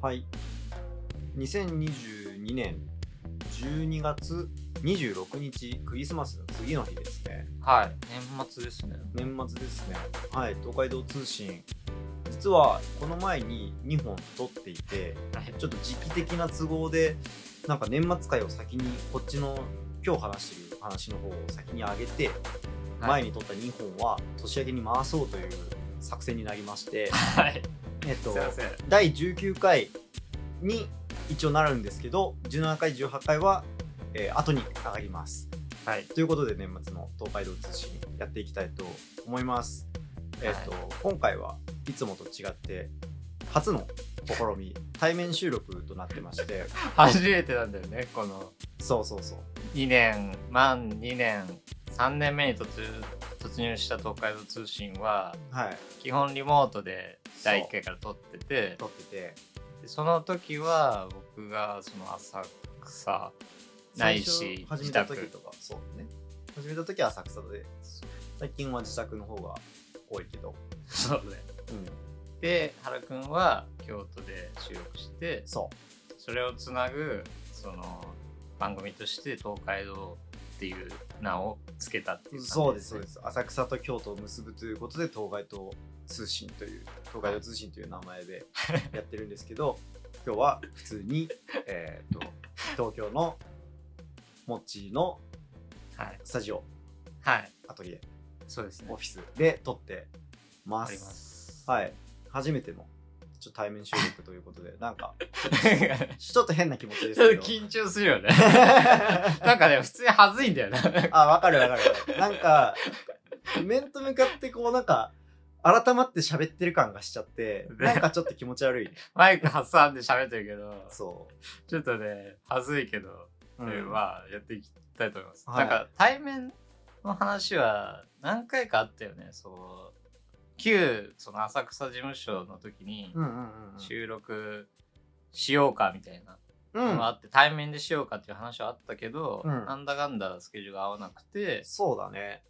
はい。2022年12月26日、クリスマスの次の日ですね。はい。年末ですね。年末ですね。はい。東海道通信。実は、この前に2本撮っていて、はい。ちょっと時期的な都合で、なんか年末会を先に、こっちの今日話してる話の方を先に上げて、前に。に撮った2本は年明けに回そうという作戦になりまして、はい。えっとすい、ません。第19回に一応なるんですけど17回18回は、えー後に上がりますはい。ということで年末の東海道通信やっていきたいと思いますえっ、と、は今回はいつもと違って初の試み対面収録となってまして初めてなんだよね。このそうそうそう2年、満2年、3年目に突入突入した東海道通信は、はい基本リモートで第1回から撮ってて、撮っててでその時は僕がその浅草、ないし最初始めた時とかそうね始めた時は浅草で最近は自宅の方が多いけどそうね。うんで、原くんは京都で収録して、そそれをつなぐその番組として東海道っていう名を付けたっていうう感じそうですそうです浅草と京都を結ぶということで東海道通信という東海道通信という名前 でやってるんですけど今日は普通にえーっと東京のモッチーのはい、スタジオはい、アトリエそうですねオフィスで撮ってまあすりますはい初めてのちょっと対面収録ということでなんかちちょっと変な気持 ちですょっけとど緊張するよね なんかね普通に恥ずいんだよねあ、わかるわかる。なんか、面と向かってこうなんか、改まって喋ってる感がしちゃって、なんかちょっと気持ち悪い。 マイク挟んで喋ってるけどそちょっとね恥ずいけど、う。えーうん、まあやっていきたいと思います、はいなんか対面の話は何回かあったよねそう旧その浅草事務所の時に、うんうんうん。収録しようかみたいなうのがん。あって、対面でしようかっていう話はあったけど、うんなんだかんだスケジュールが合わなくてそうだね。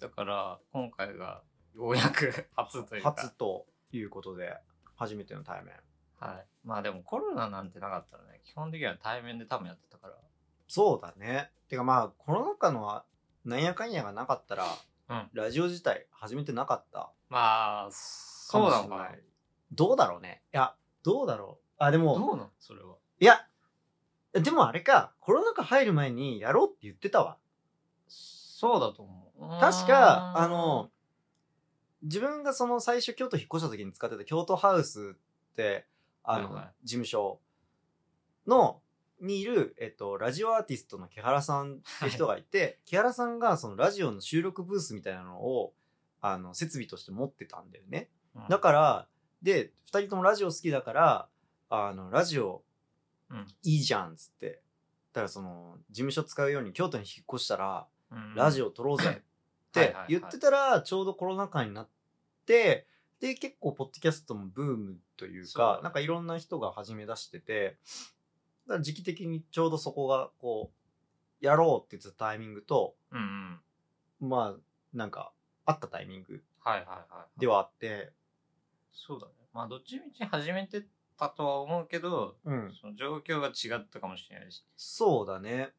だから今回がようやく 初というか初ということで、初めての対面。はい、まあでもコロナなんてなかったらね基本的には対面で多分やってたからそうだね。てかまあ、コロナ禍のはなんやかんやがなかったら、うんラジオ自体始めてなかったまあかそもうしれないのかなどうだろうね。いや、どうだろう。あ、でも、どうなのそれはいや、でもあれか、コロナ禍入る前にやろうって言ってたわ。そうだと思う確か、あの、自分がその最初京都引っ越した時に使ってた京都ハウスって、あの、はいはい事務所の、にいる、えっと、ラジオアーティストの木原さんっていう人がいて、木原さんがそのラジオの収録ブースみたいなのを、あの、設備として持ってたんだよね。うんだから、で、二人ともラジオ好きだから、あの、ラジオうんいいじゃんっつって。だからその、事務所使うように京都に引っ越したら、うんラジオ撮ろうぜっはいはていはい言ってたら、ちょうどコロナ禍になって、で、結構、ポッドキャストもブームというそうだかね、なんかいろんな人が始め出してて、だから時期的にちょうどそこが、こう、やろうって言ってたタイミングと、うんうんまあ、なんか、あったタイミングはいはいはいではあって、そうだねまあどっちみち始めてたとは思うけどうん。その状況が違ったかもしれないし。そうだね。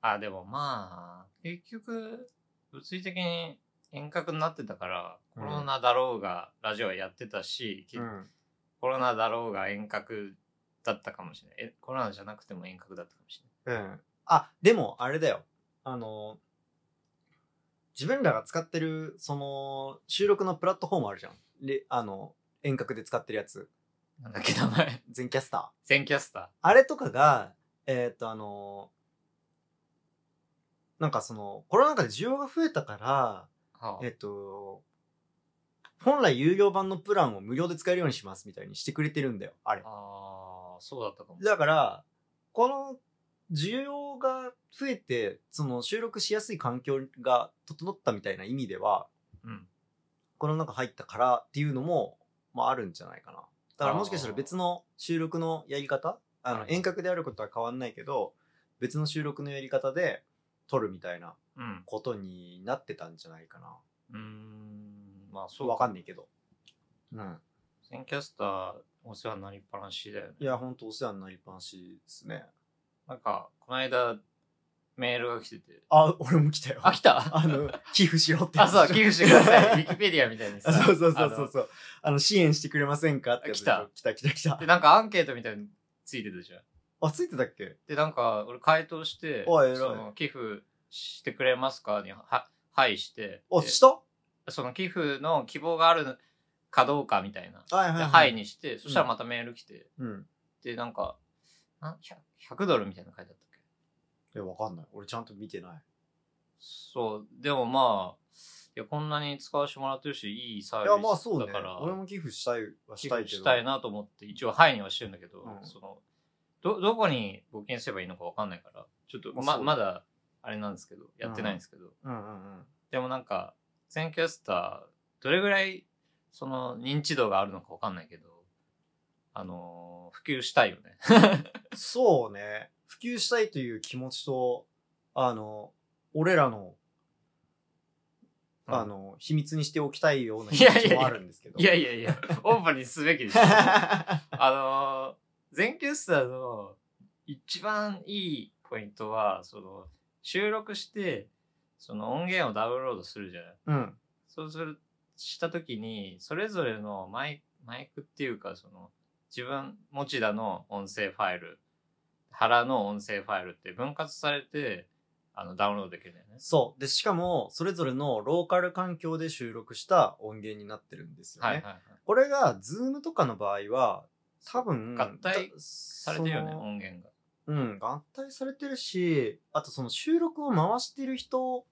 あ、でもまあ、結局、物理的に遠隔になってたから、うコんロナだろうが、ラジオはやってたし、きうん。コロナだろうが遠隔だったかもしれない。え、コロナじゃなくても遠隔だったかもしれうん。あ、でも、あれだよ。あの、自分らが使ってる、その、収録のプラットフォームあるじゃん。で、あの、遠隔で使ってるやつ。ない。なんだっけ、名前。 全キャスター。全キャスタあれとかが、えーっと、あの、なんかその、コロナ禍で需要が増えたかー。はら、えーっと、本来有料版のプランを無料で使えるようにしますみたいにしてくれてるんだよ、あれあ、。あーそうだったかも。だから、この需要が増えて、その収録しやすい環境が整ったみたいな意味では、うん。この中入ったからっていうのも、まああるんじゃないかな。だからもしかしたら別の収録のやり方あのはい遠隔であることは変わんないけど、別の収録のやり方で撮るみたいなうん。ことになってたんじゃないかうーん。まあ、な。そうわかんないけど。うん。全キャスターお世話になりっぱなしだよね。いや、ほんとお世話になりっぱなしですね。なんか、この間、メールが来て て。あ、俺も来たよ。あ、来たあの、寄付しろってやあ、つそう、寄付してください。ウィキペディアみたいにさ。あ そうそうそうそうあそう。あの、支援してくれませんかってやつでしょ来た来た来のたで、。なんかアンケートみたいについてたじゃん。あ、ついてたっけで、なんか、俺回答して、おい偉いその寄付してくれますかに、は、はいして、あ、でしたはその寄付の希望があるかどうかみたいな。いで、はい。にして、そしたらまたメール来て、うん。で、なんか、な 100, 100ドルみたいなの書いてあったっけいや、わかんない。俺ちゃんと見てない。そう、でもまあ、いや、こんなに使わせてもらってるし、いいサーいビスだや、から、まあそうね。俺も寄付したいは寄したい付けど。したいなと思って、一応、はいにはしてるんだけど、うんその、ど、どこに募金すればいいのかわかんないから、ちょっと、まあま、そうまだ、あれなんですけど、やってないんですけど、うんうんうん。でもなんか、全キャスター、どれぐらい、その、認知度があるのかわかんないけど、あのー普及したいよ ね。そうね。普及したいという気持ちと、あの、俺らの、あ、の、秘密にしておきたいような気持ちもあるんですけど。いやいやいや、オープンにすべきで しょ。あのー、全キャスターの一番いいポイントは、その、収録して、その音源をダウンロードするじゃない。うん。そうする、したときに、それぞれのマイマイクっていうか、その、自分、持田の音声ファイル、原の音声ファイルって分割されて、あの、ダウンロードできるんだよね。そう。で、しかも、それぞれのローカル環境で収録した音源になってるんですよね。はいはいはい。これが、ズームとかの場合は、多分、合体さされてるよね、音源が。うん、合体されてるし、あとその収録を回してる人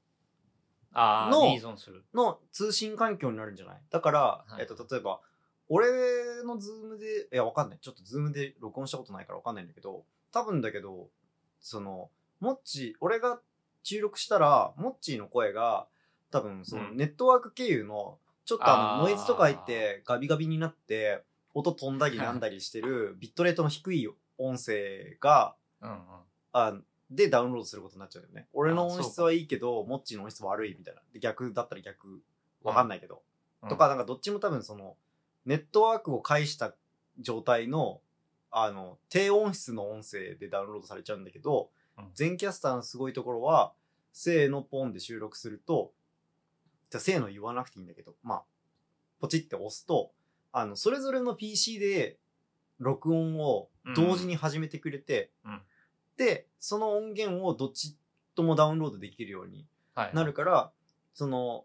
あのあ、に依存する。の通信環境になるんじゃないだから、いえっと、例えば、俺のズームで、いや、わかんない。ちょっとズームで録音したことないからわかんないんだけど、多分だけど、その、モッチー、俺が収録したら、モッチーの声が、多分、そのうんネットワーク経由の、ちょっとあの、あーノイズとか入って、ガビガビになって、音飛んだりなんだりしてる、ビットレートの低い音声が、うんうん。あでダウンロードすることになっちゃうよね。俺のあそう音か質はいいけど、モッチーの音質悪いみたいな。で逆だったら逆、わかんないけど。うんとか、、なんかどっちも多分その、ネットワークを介した状態の、あの、低音質の音声でダウンロードされちゃうんだけどうん、全、キャスターのすごいところは、せーのポンで収録すると、じゃあせーの言わなくていいんだけど、まあ、ポチって押すと、あの、それぞれの PC で録音を同時に始めてくれて、うんで、その音源をどっちともダウンロードできるようにはい、なるから、その、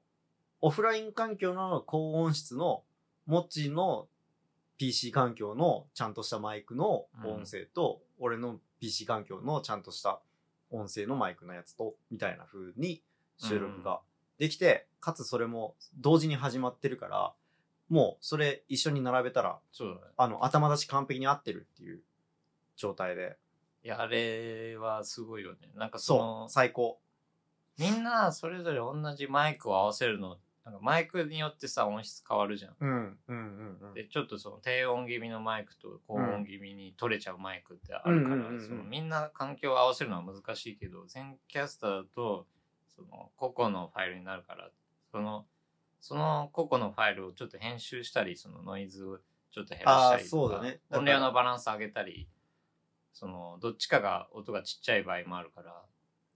オフライン環境の高音質の、モッチーの PC 環境のちゃんとしたマイクの音声と、俺の PC 環境のちゃんとした音声のマイクのやつと、みたいな風に収録ができて、かつそれも同時に始まってるから、もうそれ一緒に並べたら、そうだね。あの、頭出し完璧に合ってるっていう状態で、いや、あれはすごいよね。なんかそそのう、、最高。みんなそれぞれ同じマイクを合わせるの、なんかマイクによってさ、音質変わるじゃん。うん、うん、うん、うん。で、ちょっとその低音気味のマイクと高音気味に取れちゃうマイクってあるから、うんうんうんうんそのみんな環境を合わせるのは難しいけど、全キャスターだと、その個々のファイルになるから、その、その個々のファイルをちょっと編集したり、そのノイズをちょっと減らしたりとか、あーそうだねだから音量のバランス上げたり、その、どっちかが音がちっちゃい場合もあるから、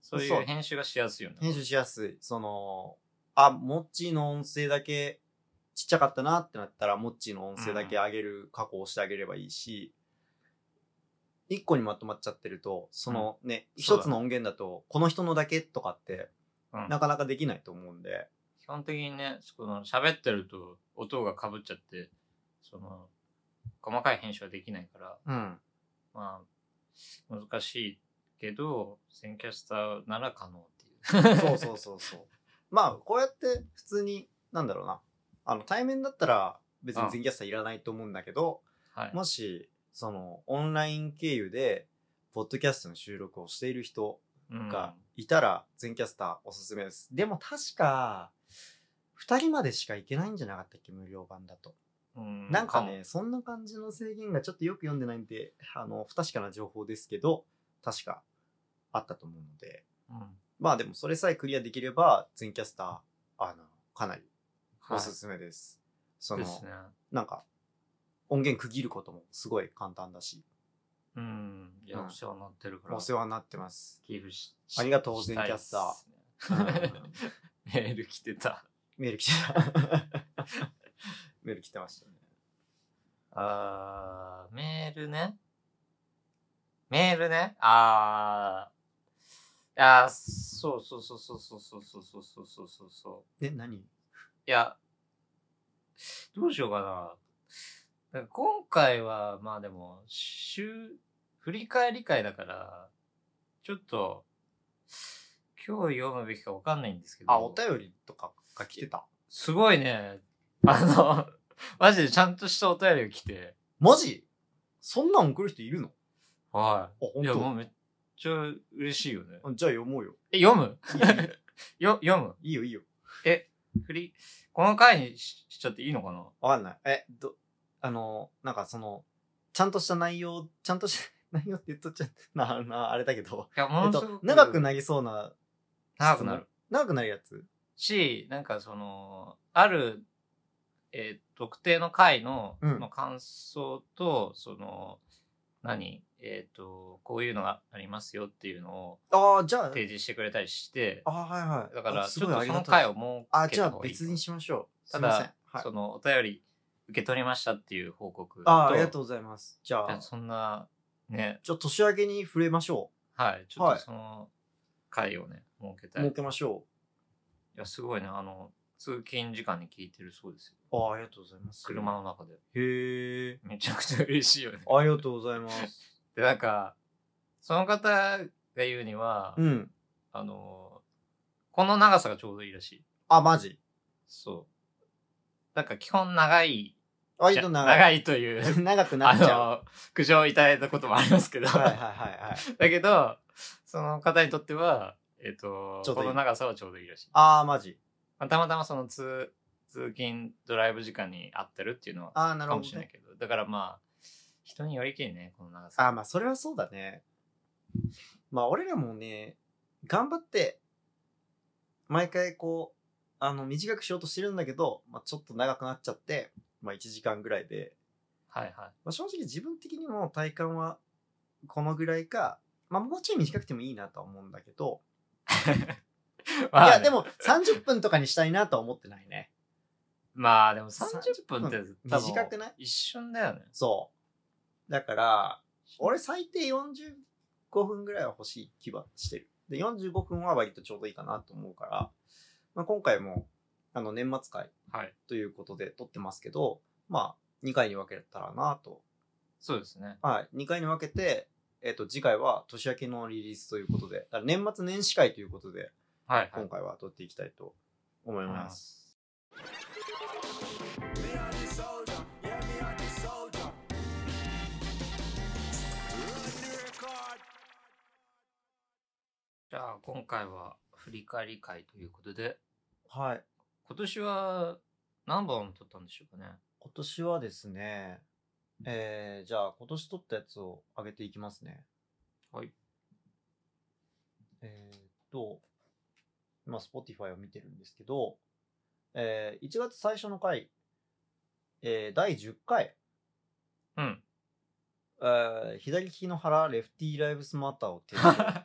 そういそうう編集がしやすいよね。編集しやすい。その、あ、モッチーの音声だけちっちゃかったなってなったら、モッチーの音声だけ上げる、加工してあげればいいし、一個にまとまっちゃってると、そのね、そ一、うだねつの音源だと、この人のだけとかって、うんなかなかできないと思うんで、基本的にね、その喋ってると音が被っちゃって、その、細かい編集はできないから、うん。まあ、難しいけど、全キャスターなら可能っていう。そうそうそうそう。 まあ、こうやって普通に、なんだろうな、あの、対面だったら別に全キャスターいらないと思うんだけど、 はい。もし、その、オンライン経由で、ポッドキャストの収録をしている人うんがいたら、全キャスターおすすめです。でも確か、二人までしか行けないんじゃなかったっけ、無料版だと。うんなんかね、そんな感じの制限がちょっとよく読んでないんで、あの、不確かな情報ですけど、確かあったと思うので、かもうんまあでもそれさえクリアできれば、全キャスター、あの、かなりはいおすすめです。そでの、すね。なんか、音源区切ることもすごい簡単だし、うん。いや、うんお世話になってるから。お世話になってます。寄付し。ありがとうしたいっすねうん メール来てた。メール来てた。メール来てましたね。あー、メールね。メールね。あー。あー、そうそうそうそうそうそうそうそうそうそうそうえ、何いや、どうしようかな。なんか今回は、まあでも、週、振り返り会だから、ちょっと、今日読むべきかわかんないんですけど。あ、お便りとかが来てた。すごいね。あの、 マジでちゃんとしたお便りが来て。マジそんなん送る人いるのあ、はほい。いや、もうんめっちゃ嬉しいよね。とじゃあ読もうよ。え、読むいいよいいよよ、読むいいよ、いいよ。振り、この回にししちゃっていいのかなわかんない。え、ど、あの、なんかその、ちゃんとした内容、ちゃんとした 内容って言っとっちゃ な、な、あれだけど。いや、もえっのすとご、く、長くなりそうな、長くなる。長くなるやつし、なんかその、ある、えー特定の回の、うんの感想と、その、何えっ、と、こういうのがありますよっていうのをああ、じゃあ、提示してくれたりして、あーはいはい。だから、あちょっとその回ありを。設けがたいですあ、じゃたあ方がいいか別にしましょう。すたいだません。はいそ。の、お便り受け取りましたっていう報告ああ、ありがとうございます。じゃじゃああ、そんな、ね、じゃあ年明けに触れましょはい、ちょっとその回をね、設けう。たい。設いけましょや、すごいね、あの、通勤時間に聞いてるそうですよ。う。ああ、ありがとうございます。車。の中で。へえ。めちゃくちゃ嬉しい よね。ありがとうございます。で、なんか、その方が言うには、うん。あの、この長さがちょうどいいらしい。あ、マジそう。なんか基本長い。割と長い。いとい う、長くなあっちゃう。の、苦情をいただいたこともありますけど、はいはいはいはい。だけど、その方にとっては、えっ、とちょうどこいいの長さはちょうどいいらしい。ああ、マジ。まあたまたまその通、通勤ドライブ時間に合ってるっていうのはああ、なるかほもどしれないね。けど、だからまあ、人によりきりね、この長さ。ああ、まあそれはそうだね。まあ俺らもね、頑張って、毎回こう、あの、短くしようとしてるんだけど、まあちょっと長くなっちゃって、まあ1時間ぐらいで、はいはい。まあ、正直自分的にも体感はこのぐらいか、まあ、もうちょい短くてもいいなとは思うんだけど、まあいねやでも30分とかにしたいなとは思ってないねまあでも30分って多分短くない一瞬だよね。そうだから俺最低45分ぐらいは欲しい気はしてるで45分は割とちょうどいいかなと思うから、まあ、今回もあの年末会はい。ということで撮ってますけどまあ2回に分けたらなとそうですね。はい、2回に分けて、えっと次回は年明けのリリースということで、だから年末年始会ということで、はい、はい今。回は撮っていきたいと思います。じゃあ今回は振り返り会ということで、はい、今年は何本撮ったんでしょうかね。今年はですね、えー、じゃあ今年撮ったやつを上げていきますね。はい。えー、っと、今 Spotify を見てるんですけど、えー、1月最初の回、えー、第10回、うん。えー、左利きの腹レフティーライブスマターを 提唱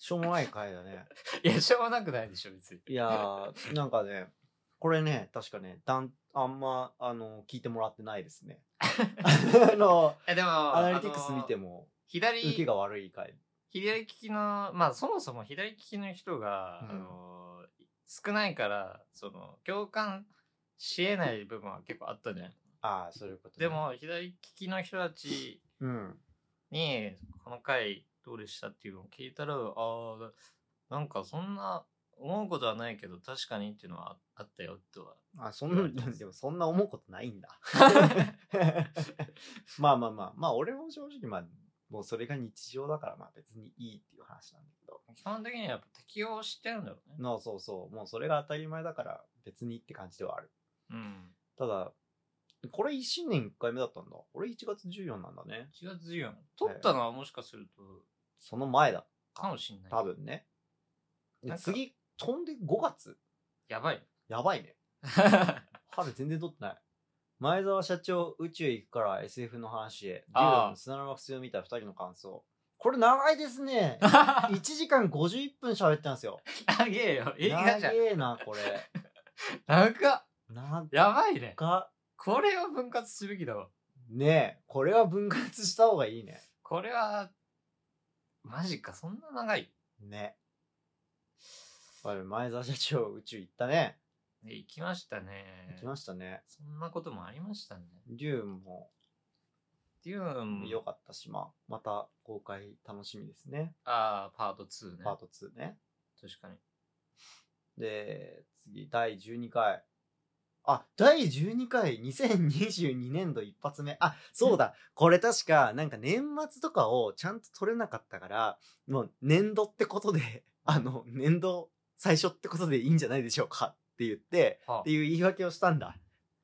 しょうもない回だね。いや、しょうがなくないでしょ、別に。いやー、なんかね、これね、確かね、だんあんま、あの、聞いてもらってないですね。あの、え、でも、アナリティクス見ても、左、受けが悪い回。左利きの、まあそもそも左利きの人が、うんあの、少ないから、その、共感し得ない部分は結構あったじゃない。ああ、そういうことね、でも、左利きの人たちうん。に、この回どうでしたっていうのを聞いたら、ああ、なんかそんな思うことはないけど、確かにっていうのはああったよとは。あ、そんな、 でもそんな思うことないんだ。 まあまあまあ、まあ俺も正直、まあ、もうそれが日常だから、まあ別にいいっていう話なんだけど。基本的にはやっぱ適応してるんだろうね。の、そうそう、もうそれが当たり前だから、別にって感じではある。うん。ただ、これ新年1回目だったんだ。俺1月14なんだね。 1月14。取ったのはもしかすると、その前だ。かもしんない。多。分ね。でなんか次、飛んで5月 やばい。やばいね。春全然撮ってない。前澤社長宇宙行くから SF の話へあー竜の砂の惑星を見た2人の感想これ長いです ね1時間51分喋ってたんですよ長えよ。映画じゃん長。えなこれ長っ。なんやばいね。かこれは分割すべきだわ。ねえこれは分割した方がいいねこれは、マジか、そんな長い。ねあれ前澤社長宇宙行ったねで行きましたね。行きましたねそんなこともありましたね。竜もっていうのも、良かったし、まあまた公開楽しみですねああ、パート2ね。パート2ね確かに。で、次、第12回。あ、第12回、2022年度一発目。あ、そうだ。これ確か、なんか年末とかをちゃんと取れなかったから、もう年度ってことで、 あの、年度最初ってことでいいんじゃないでしょうかって言って、はあっていう言い訳をしたんだ。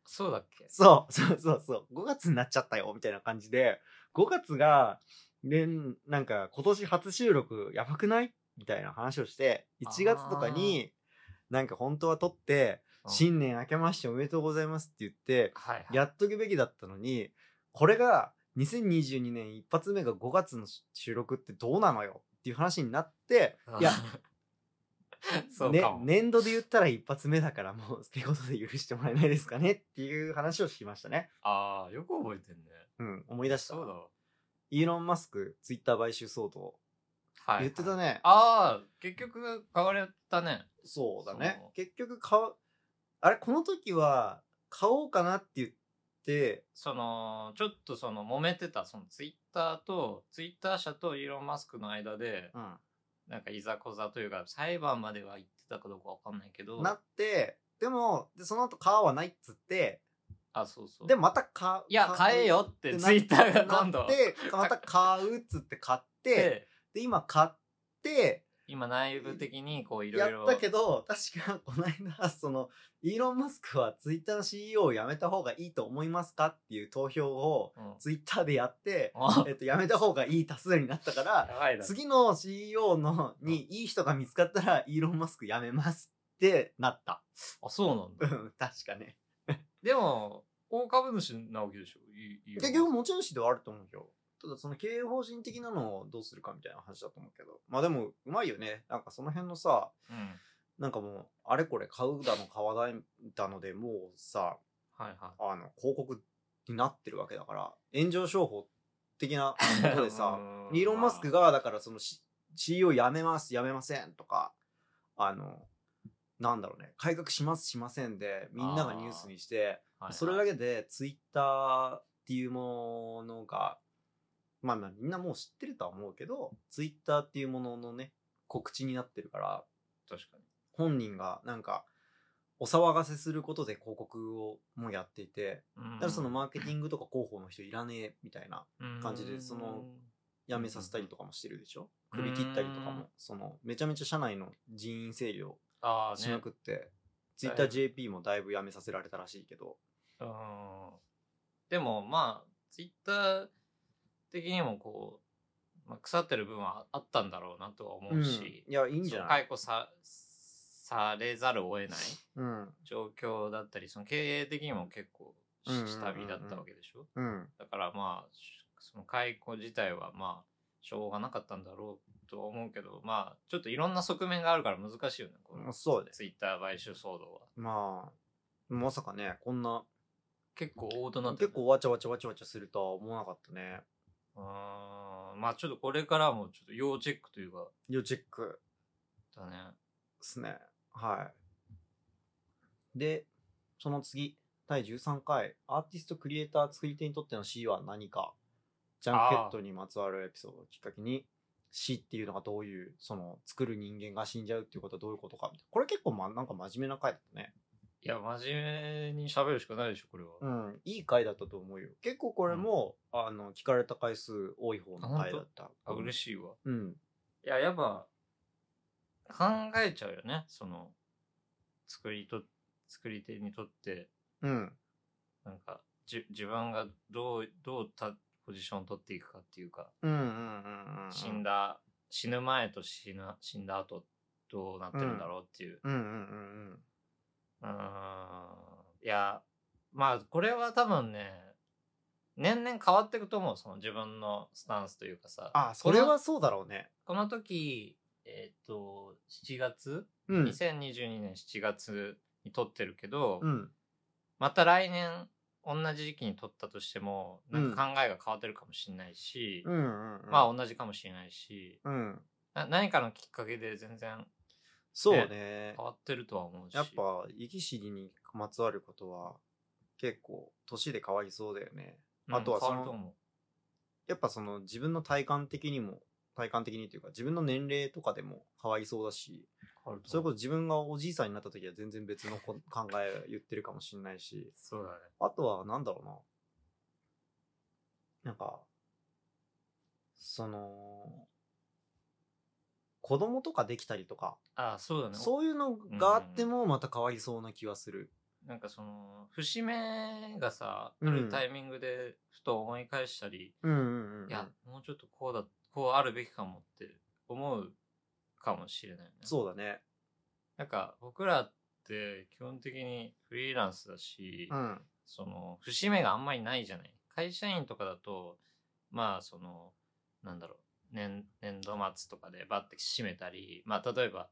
そうだっけそう、そうそうそう。5月になっちゃったよ、みたいな感じで、5月が、連、なんか今年初収録やばくないみたいな話をして、1月とかに、なんか本当は撮って、うん新年明けましておめでとうございますって言って、はい、はい。やっとくべきだったのに、これが、2022年一発目が5月の収録ってどうなのよっていう話になって、いや、 そうねかも、年度で言ったら一発目だからもう、ってことで許してもらえないですかねっていう話をしましたね。ああ、よく覚えてんね。うん、思い出したそ。うだわ。イーロン・マスク、ツイッター買収騒動。はい、言ってた。ね。ああ、結局、買われたね。そうだねそう。結局買う、あれ、この時は、買おうかなって言って、その、ちょっとその、揉めてた、その、ツイッターと、ツイッター社とイーロン・マスクの間で、うんなんか、いざこざというか、裁判までは行ってたかどうかわかんないけど、なって、でも、でその後買わないっつって、あ、そうそう。で、また買う。いや、買う買えよって、なツイッターが今な度っ。て、また買うっつって買 って、でで、今買って、今、内部的に、こう、いろやいろ。ったけど、確か、この間、その、イーロン・マスクはツイッターの CEO を辞めた方がいいと思いますかっていう投票を、うんツイッターでやって、あえっと、やめた方がいい多数になったから、やばいな。次の CEO のにいい人が見つかったら、イーロン・マスク辞めますってなった。あ、そうなん うん、だ。確かね。でも、大株主なわけでしょ。いいいいよ結局持ち主ではあると思うよ。ただその経営方針的なのをどうするかみたいな話だと思うけど。まあでも、うまいよね。なんかその辺のさ、うん。なんかもう、あれこれ買うだの買わないだので、もうさ、はいはあの、広告になってるわけだから、炎上商法的なことでさ う、んイーロン・マスクが、だからその、C、CEO 辞めます、辞めませんとか、あの、なんだろうね、改革します、しませんで、みんながニュースにして、い。それだけ。けでツイッターっていうものが、まあまあみんなもう知ってるとは思うけど、ツイッターっていうもののね、告知になってるから、確かに。本人がなんか、お騒がせすることで広告をもうやっていて、うんだからそのマーケティングとか広報の人いらねえみたいな、感じでうんその、辞めさせたりとかもしてるでしょ首切ったりとかうんも、その、めちゃめちゃ社内の人員整理をああ、しねまくって、ツイッター JP もだいぶ辞めさせられたらしいけど、うん。でも、まあ、ツイッター的にもこう、まあ、腐ってる部分はあったんだろうなとは思うんういし、や、いいんじそゃのない解雇さ、されざるを得ないうん、状況だったり、その経営的にも結構しうんうんうんうん下火だったわけでしょ。うん、だからまあ、しその解雇自体はまあ、しょうがなかったんだろうとは思うけど、まあ、ちょっといろんな側面があるから難しいよね、このそうです。ツイッター買収騒動は。まあ、まさかね、こんな、結構大人だったね結構わちゃわちゃわちゃわちゃするとは思わなかったね。あーまあちょっとこれからもちょっと要チェックというか、要チェックだね。ですね。はい。で、その次、第13回、アーティスト、クリエイター、作り手にとっての C は何かジャンクヘッドにまつわるエピソードをきっかけに、死っていうのがどういう、その、作る人間が死んじゃうっていうことはどういうことかみたいな。これ結構、ま、なんか真面目な回だったね。いや、真面目に喋るしかないでしょ、これは。うん、いい回だったと思うよ。結構これも、あの、聞かれた回数多い方の回だった。あ嬉しい。しいわ。うん。いや、やっぱ、考えちゃうよね、その、作りと、作り手にとって、うん。なんか、じ自分がどう、どうたポジションを取っていくかっていうか、うんうんうんうんうん。死ん。だ、死ぬ前と死な死んだ後、どうなってるんだろうっていう。うんうんうんうーんいや、まあ、これは多分ね、年々変わっていくと思う。その自分のスタンスというかさ。あそれはそうだろうねこの時、えっ、と、7月、うん、 2022年7月に撮ってるけど、うん、また来年同じ時期に撮ったとしても、なんか考えが変わってるかもしれないし、うんうんうんまあ同じかもしれないし、うんな何かのきっかけで全然そうね変わってるとは思うし。やっぱ生き死ににまつわることは結構年で変わりそうだよねうん、あとはその変わると思う。やっぱその自分の体感的にも体感的にというか自分の年齢とかでも変わりそうだし変わるそれと思こう。そ自分がおじいさんになった時は全然別のこ考え言ってるかもしれないしそうだね。あとは、なんだろうな。なんか、その、子供とかできたりとか、ああ、そうだね。そういうのがあってもまた変わりそうな気はする。なんかその、節目がさ、うんあるタイミングでふと思い返したり、うんうんうん。いや、もうちょっとこうだ、こうあるべきかもって思うかもしれないね。そうだね。なんか僕らって基本的にフリーランスだし、うん。その、節目があんまりないじゃない。会社員とかだと、まあその、なんだろう、年、年度末とかでバッて締めたり、まあ例えば、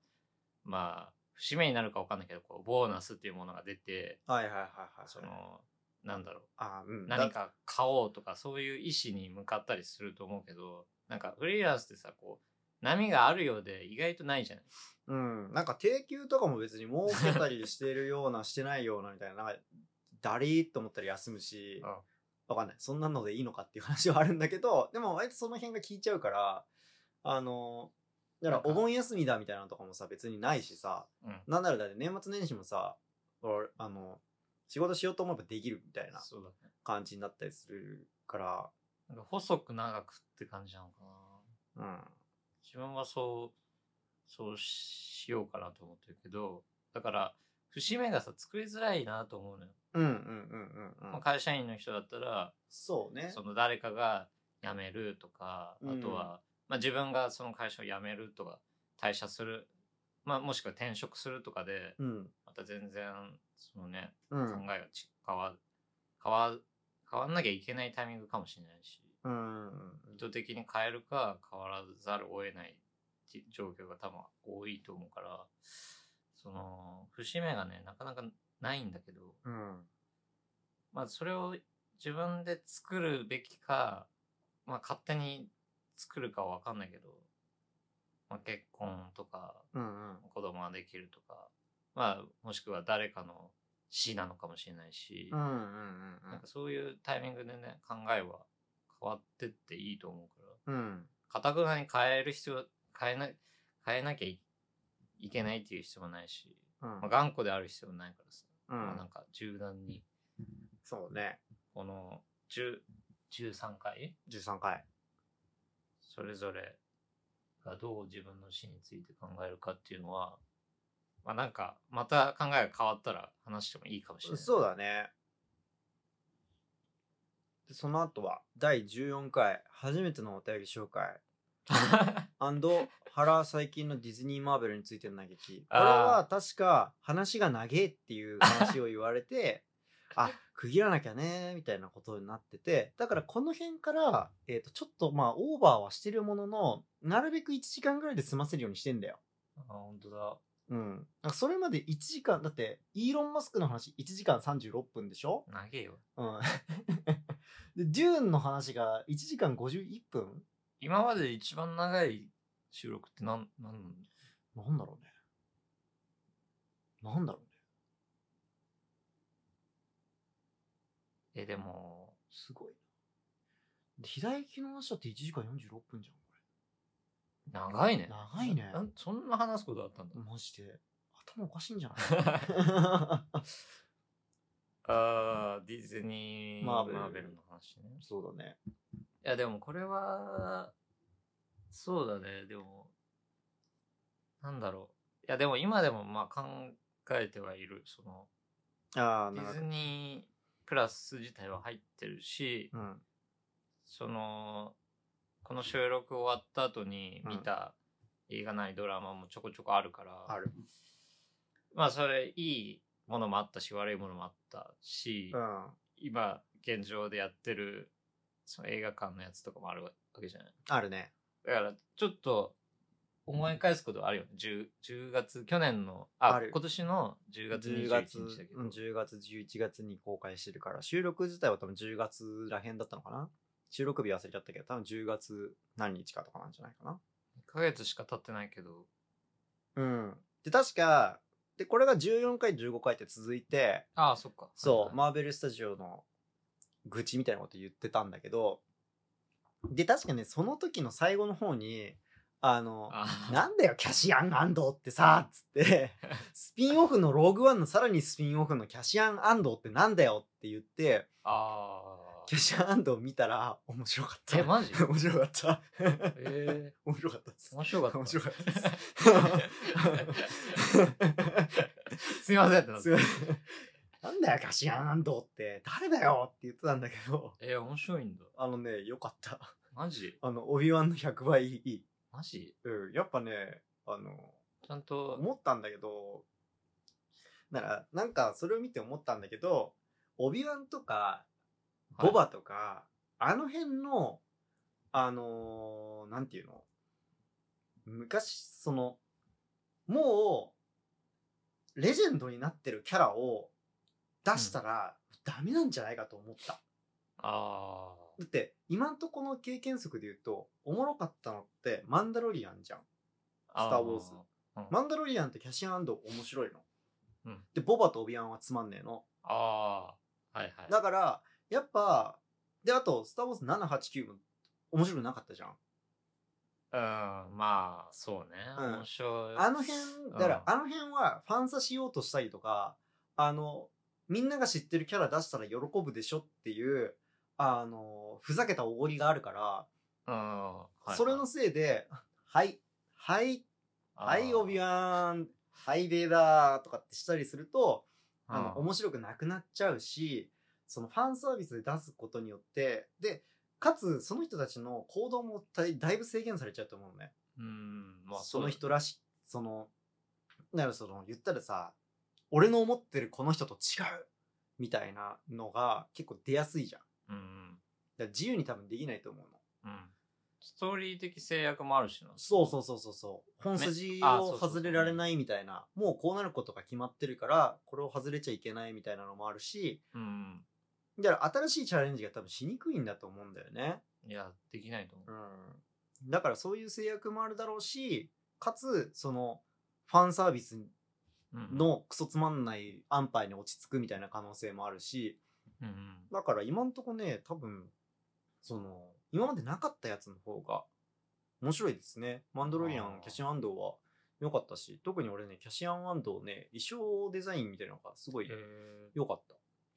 まあ、節目になるかわかんないけど、こう、ボーナスっていうものが出て、はいはいはいはい。その、なんだろう、あうん。何だ。か買おうとかそういう意思に向かったりすると思うけどなんかフリーランスってさこう波があるようで意外とないじゃないうん。なんか定休とかも別に儲けたりしてるような、してないようなみたいな、なんか、だりーっと思ったら休むし、うんわかんない。そんなのでいいのかっていう話はあるんだけど、でも割とその辺が効いちゃうから、あの、だからなんかお盆休みだみたいなのとかもさ、別にないしさ、うんなんならだって年末年始もさ、俺あの、仕事しようと思えばできるみたいなそうだね感じになったりするから、なんか細く長くって感じなのかなうん。自分はそうそうしようかなと思ってるけどだから節目がさ作りづらいなと思うのよ、うんうんうんうんうまあ、ん。会社員の人だったらそうね。その誰かが辞めるとか、うんあとは、まあ、自分がその会社を辞めるとか退社する、まあ、もしくは転職するとかでうん。また全然そのねう考ん。えがち変わ変わ変わんなきゃいけないタイミングかもしれないしうん。意図的に変えるか変わらざるを得ないじ状況が多分多いと思うからその節目がねなかなかないんだけど、うん。まあ、それを自分で作るべきか、まあ、勝手に作るかは分かんないけど、まあ、結婚とかうん。子供ができるとか、まあ、もしくは誰かの死なのかもしれないし、うんうんうんなんかそういうタイミングでね考えは変わってっていいと思うからうん。うん。かたくなに変える必要変えな変えなきゃいいけないっていう必要もないし、うんまあ、頑固である必要もないからさ、うまあ、なんん。か柔軟にそうね。この10 13回13回。それぞれがどう自分の死について考えるかっていうのは、まあなんか、また考えが変わったら話してもいいかもしれない。 そうだね。でその後は、第14回、初めてのお便り紹介。原最近のディズニーマーベルについての嘆き。これは確か、話が長えっていう話を言われて、あ、区切らなきゃね、みたいなことになってて、だからこの辺から、えっ、と、ちょっとまあ、オーバーはしてるものの、なるべく1時間ぐらいで済ませるようにしてんだよ。あ、本当だ。うん。なんかそれまで1時間、だって、イーロン・マスクの話1時間36分でしょ長えよ。うん。 で、デューンの話が1時間51分今まで一番長い収録ってなん、なん、なんだろうね。なんだろうね。え、でも、すごいな。で左利きの話だって1時間46分じ長いね。長いねなそんな話すことあったんだゃん、。これ。マジで。頭おかしいんじゃない ああ、ディズニーママーベルーベルの話ね。そうだね。いや、でもこれは、そうだね。でも、なんだろう。いや、でも今でもまあ考えてはいる。その、ああ、デなィズるニープラス自体は入ってるし、ほど。うん。その、この収録終わった後に見た映画なりドラマもちょこちょこあるから、ある。まあそれいいものもあったし、悪いものもあったし、うん。今、現状でやってる、その映画館のやつとかもあるわけじゃない。あるね。だから、ちょっと、思い返すことはあるよね。10, 10月、去年の、あ、ある今年の10月10 21月、日だけど、うん、10月、11月に公開してるから、収録自体は多分10月らへんだったのかな収録日忘れちゃったけど、多分10月何日かとかなんじゃないかな1ヶ月しか経ってないけど、うん。で、確か、で、これが14回、15回って続いて、ああ、そっか。そう、まマーベルスタジオの愚痴みたいなこと言ってたんだけど、で、確かね、その時の最後の方に、あの、あーなんだよ、キャシアン・アンドってさ、つって、 スピンオフのローグワンのさらにスピンオフのキャシアン・アンドってなんだよって言って、あ キャシアン・アンドを見たら面白かっー。た。え、マ ジ面白かった。え面白かったですー、。面白かっ た。面白かったです。 すいませんってなってすごい なんだよ、カシアンアンドって、誰だよって言ってたんだけど、えー、面白いんだ。あのね、よかった。マジあの、オビワンの100倍いい。マジうん、やっぱね、あの、ちゃんと、思ったんだけど、なら、なんかそれを見て思ったんだけど、オビワンとか、はいボバとか、あの辺の、あのーなんていうの昔、その、もう、レジェンドになってるキャラを出したら、ダメなんじゃないかと思った。ああ。だって、今んとこの経験則で言うと、おもろかったのって、マンダロリアンじゃん。スターウォーズマンダロリアンとキャシアンド面白いの。うんで、ボバとオビアンはつまんねえの。ああー。はいはい。だから、やっぱ、で、あと、スター・ウォーズ789も面白くなかったじゃん。うん、まあ、そうね。うん面白い。あの辺、だから、うあの辺はファンサしようとしたりとか、あの、みんなが知ってるキャラ出したら喜ぶでしょっていう、あの、ふざけたおごりがあるから、うん。はいはいそれの、せいで、はい、はい、はあい、ーオビワン、はい、ベイダーとかってしたりすると、あの、うん面白くなくなっちゃうし、そのファンサービスで出すことによって、で、かつ、その人たちの行動もだいだいぶ制限されちゃうと思うのね。うん、まあ、そのう人らし、その、なるその、言ったらさ、俺の思ってるこの人と違うみたいなのが結構出やすいじゃん。だかうん。ら自由に多分できないと思うの。うん。ストーリー的制約もあるしな。そうそうそうそうそう。本筋あそうそをうそう外れられないみたいな、もうこうなることが決まってるから、これを外れちゃいけないみたいなのもあるし、うん。だから新しいチャレンジが多分しにくいんだと思うんだよね。いや、できないと思う。うん。だからそういう制約もあるだろうし、かつ、その、ファンサービスうん、のクソつまんない安牌に落ち着くみたいな可能性もあるし、うんうん。だから今んとこね、多分、その、今までなかったやつの方が面白いですね。マンドロリアあンー、キャシアンアンドは良かったし、特に俺ね、キャシアンアンドね、衣装デザインみたいなのがすごいえ良かった。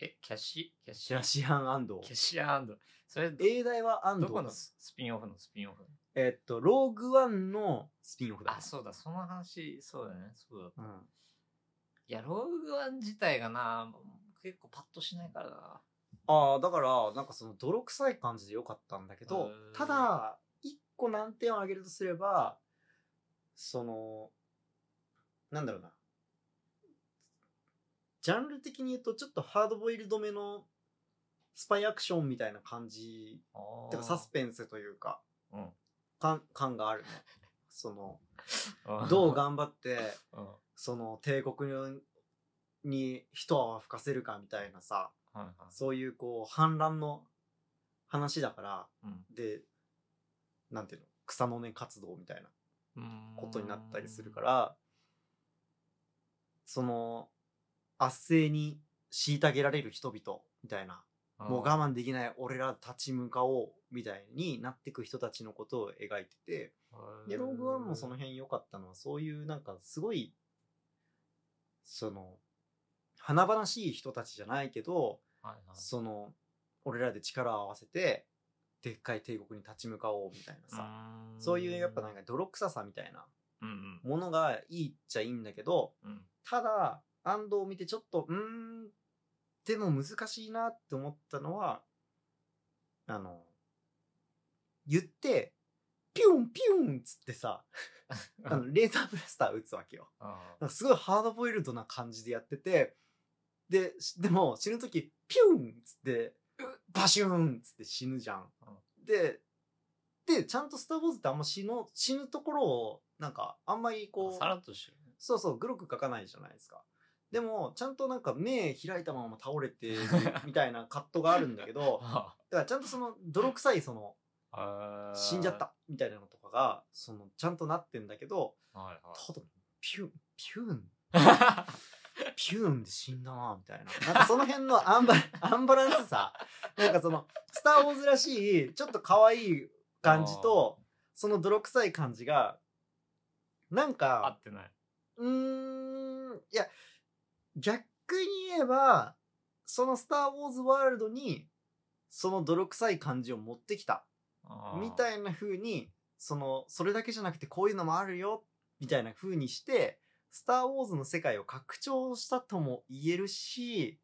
ー、え、キャシキャシキャシアンアンドキャ。シアンド。それ、英大はアンどドこのです。ススピンオフのスピンオフえっと、ローグワンのスピンオフだ。あ、そうだ、その話、そうだね。そうだ。うん。いや、ローグワン自体がな、結構パッとしないからな。ああ、だから、なんかその泥臭い感じでよかったんだけうどーん、ただ、一個難点を挙げるとすれば、その、なんだろうな。ジャンル的に言うと、ちょっとハードボイルドめのスパイアクションみたいな感じ、あてかサスペンスというか、うん感感がある ね。その、あーどう、頑張って、うんはその帝国に一泡吹かせるかみたいなさ、いはいそういうこう反乱の話だから、うんで、なんていうの、草の根活動みたいなうーんことになったりするか。ら、その、圧政に虐げられる人々みたいな、あーもう我慢できない俺ら立ち向かおうみたいになってく人たちのことを描いてて、で、ローグワンもその。辺良かったのは、そういうなんかすごい、その、華々しい人たちじゃないけど、はいはいその俺らで力を合わせてでっかい帝国に立ち向かおうみたいなさ、ーんそういうやっぱなんか泥臭さみたいなうんうんものがいいっちゃいいんだけどうんただ安藤を見てちょっとうーんでも難しいなって思ったのはあの言ってピュンピュンっつってさあのレーザーブラスター撃つわけよあなんかすごいハードボイルドな感じでやっててで、し でも死ぬとき、ピュンっつって、バシューンっつって死ぬじゃん。で、で、ちゃんとスター・ウォーズってあんま死の、死ぬところを、なんか、あんまりこう、さらっとしてるね。そうそう、グロく書かないじゃないですか。でも、ちゃんとなんか目開いたまま倒れ て、みたいなカットがあるんだけ ど、あだからちゃんとその泥臭いその、あー死んじゃっ。た、みたいなのとかが、その、ちゃんとなってんだけど、はいはただ、ピュン、ピュン、 い。ピューンで死んだなみたいな。なんかその辺のアンバ アンバランスさ。なんかその、スター・ウォーズらしい、ちょっと可愛い感じと、その泥臭い感じが、なん合かっ、てない。うーん、いや、逆に言えば、そのスター・ウォーズワールドに、その泥臭い感じを持ってきた。みたいいな風に、その、それだけじゃなくてこういうのもあるよ、みたいな風にして、スターウォーズの世界を拡張したとも言えるし、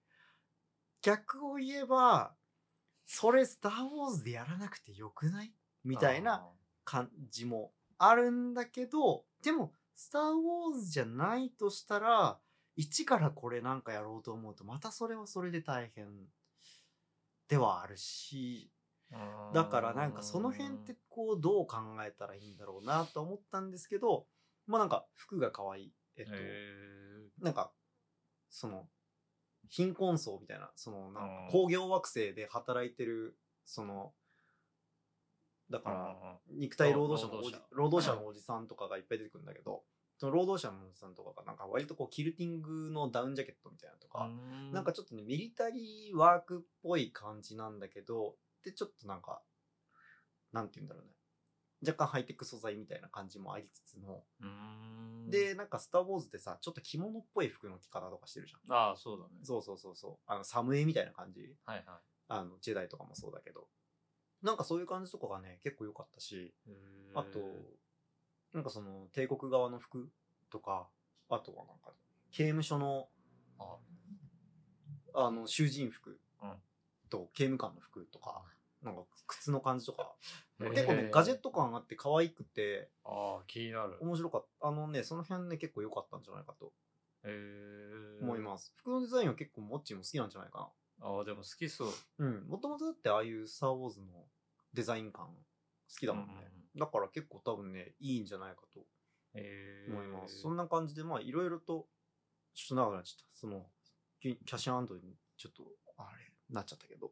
逆を言えば、それスターウォーズでやらなくてよくないみたいな。感じもあるんだけど、でも、スターウォーズじゃないとしたら、一からこれなんかやろうと思うと、またそれはそれで大変ではあるし、あーだからなんかその辺って、こうどう考えたらいいんだろうなと思ったんですけどまあなんか服が可愛いえっうーとんへなんかその貧困層みたいなそのなんかうん工業惑星で働いてるそのだーからうん肉体労働者のおじ労労働働者者のおじさんとかがいっぱい出てくるんだけどその労働者のおじさんとかがなんか割とこうキルティングのダウンジャケットみたいなのとか、うんなんかちょっとね、ミリタリーワークっぽい感じなんだけど、で、ちょっとなんか、なんて言うんだろうね。若干ハイテク素材みたいな感じもありつつの。うーん、で、なんかスター・ウォーズってさ、ちょっと着物っぽい服の着方とかしてるじゃああ、そうだねん。。そうそうそうそう。あの、サムエみたいな感じ。はいはあの、ジェダイとかもそうだけど。なんかそういう感じとかがね、結構良かったし、い。あと、なんかその、帝国側の服とか、あとはなんか、刑務所のああの、囚人服うんと刑務官の服とか、なんか靴の感じとか、へー結構ね、ガジェット感あって可愛くて、ああ、気になる。面白かった。あのね、その辺ね、結構良かったんじゃないかとへえ。思います。服のデザインは結構モッチーも好きなんじゃないかああ、でも好きそう。な。うん。もともとだってああいうスターウォーズのデザイン感好きだもんねうんうんう。だから結構多分ね、いいんじゃないかとへえ。思います。そんな感じで、まあいろいろと、ちょっと長くなっちゃった。その、キキャシャンドにちょっと、あれ、なっちゃったけど。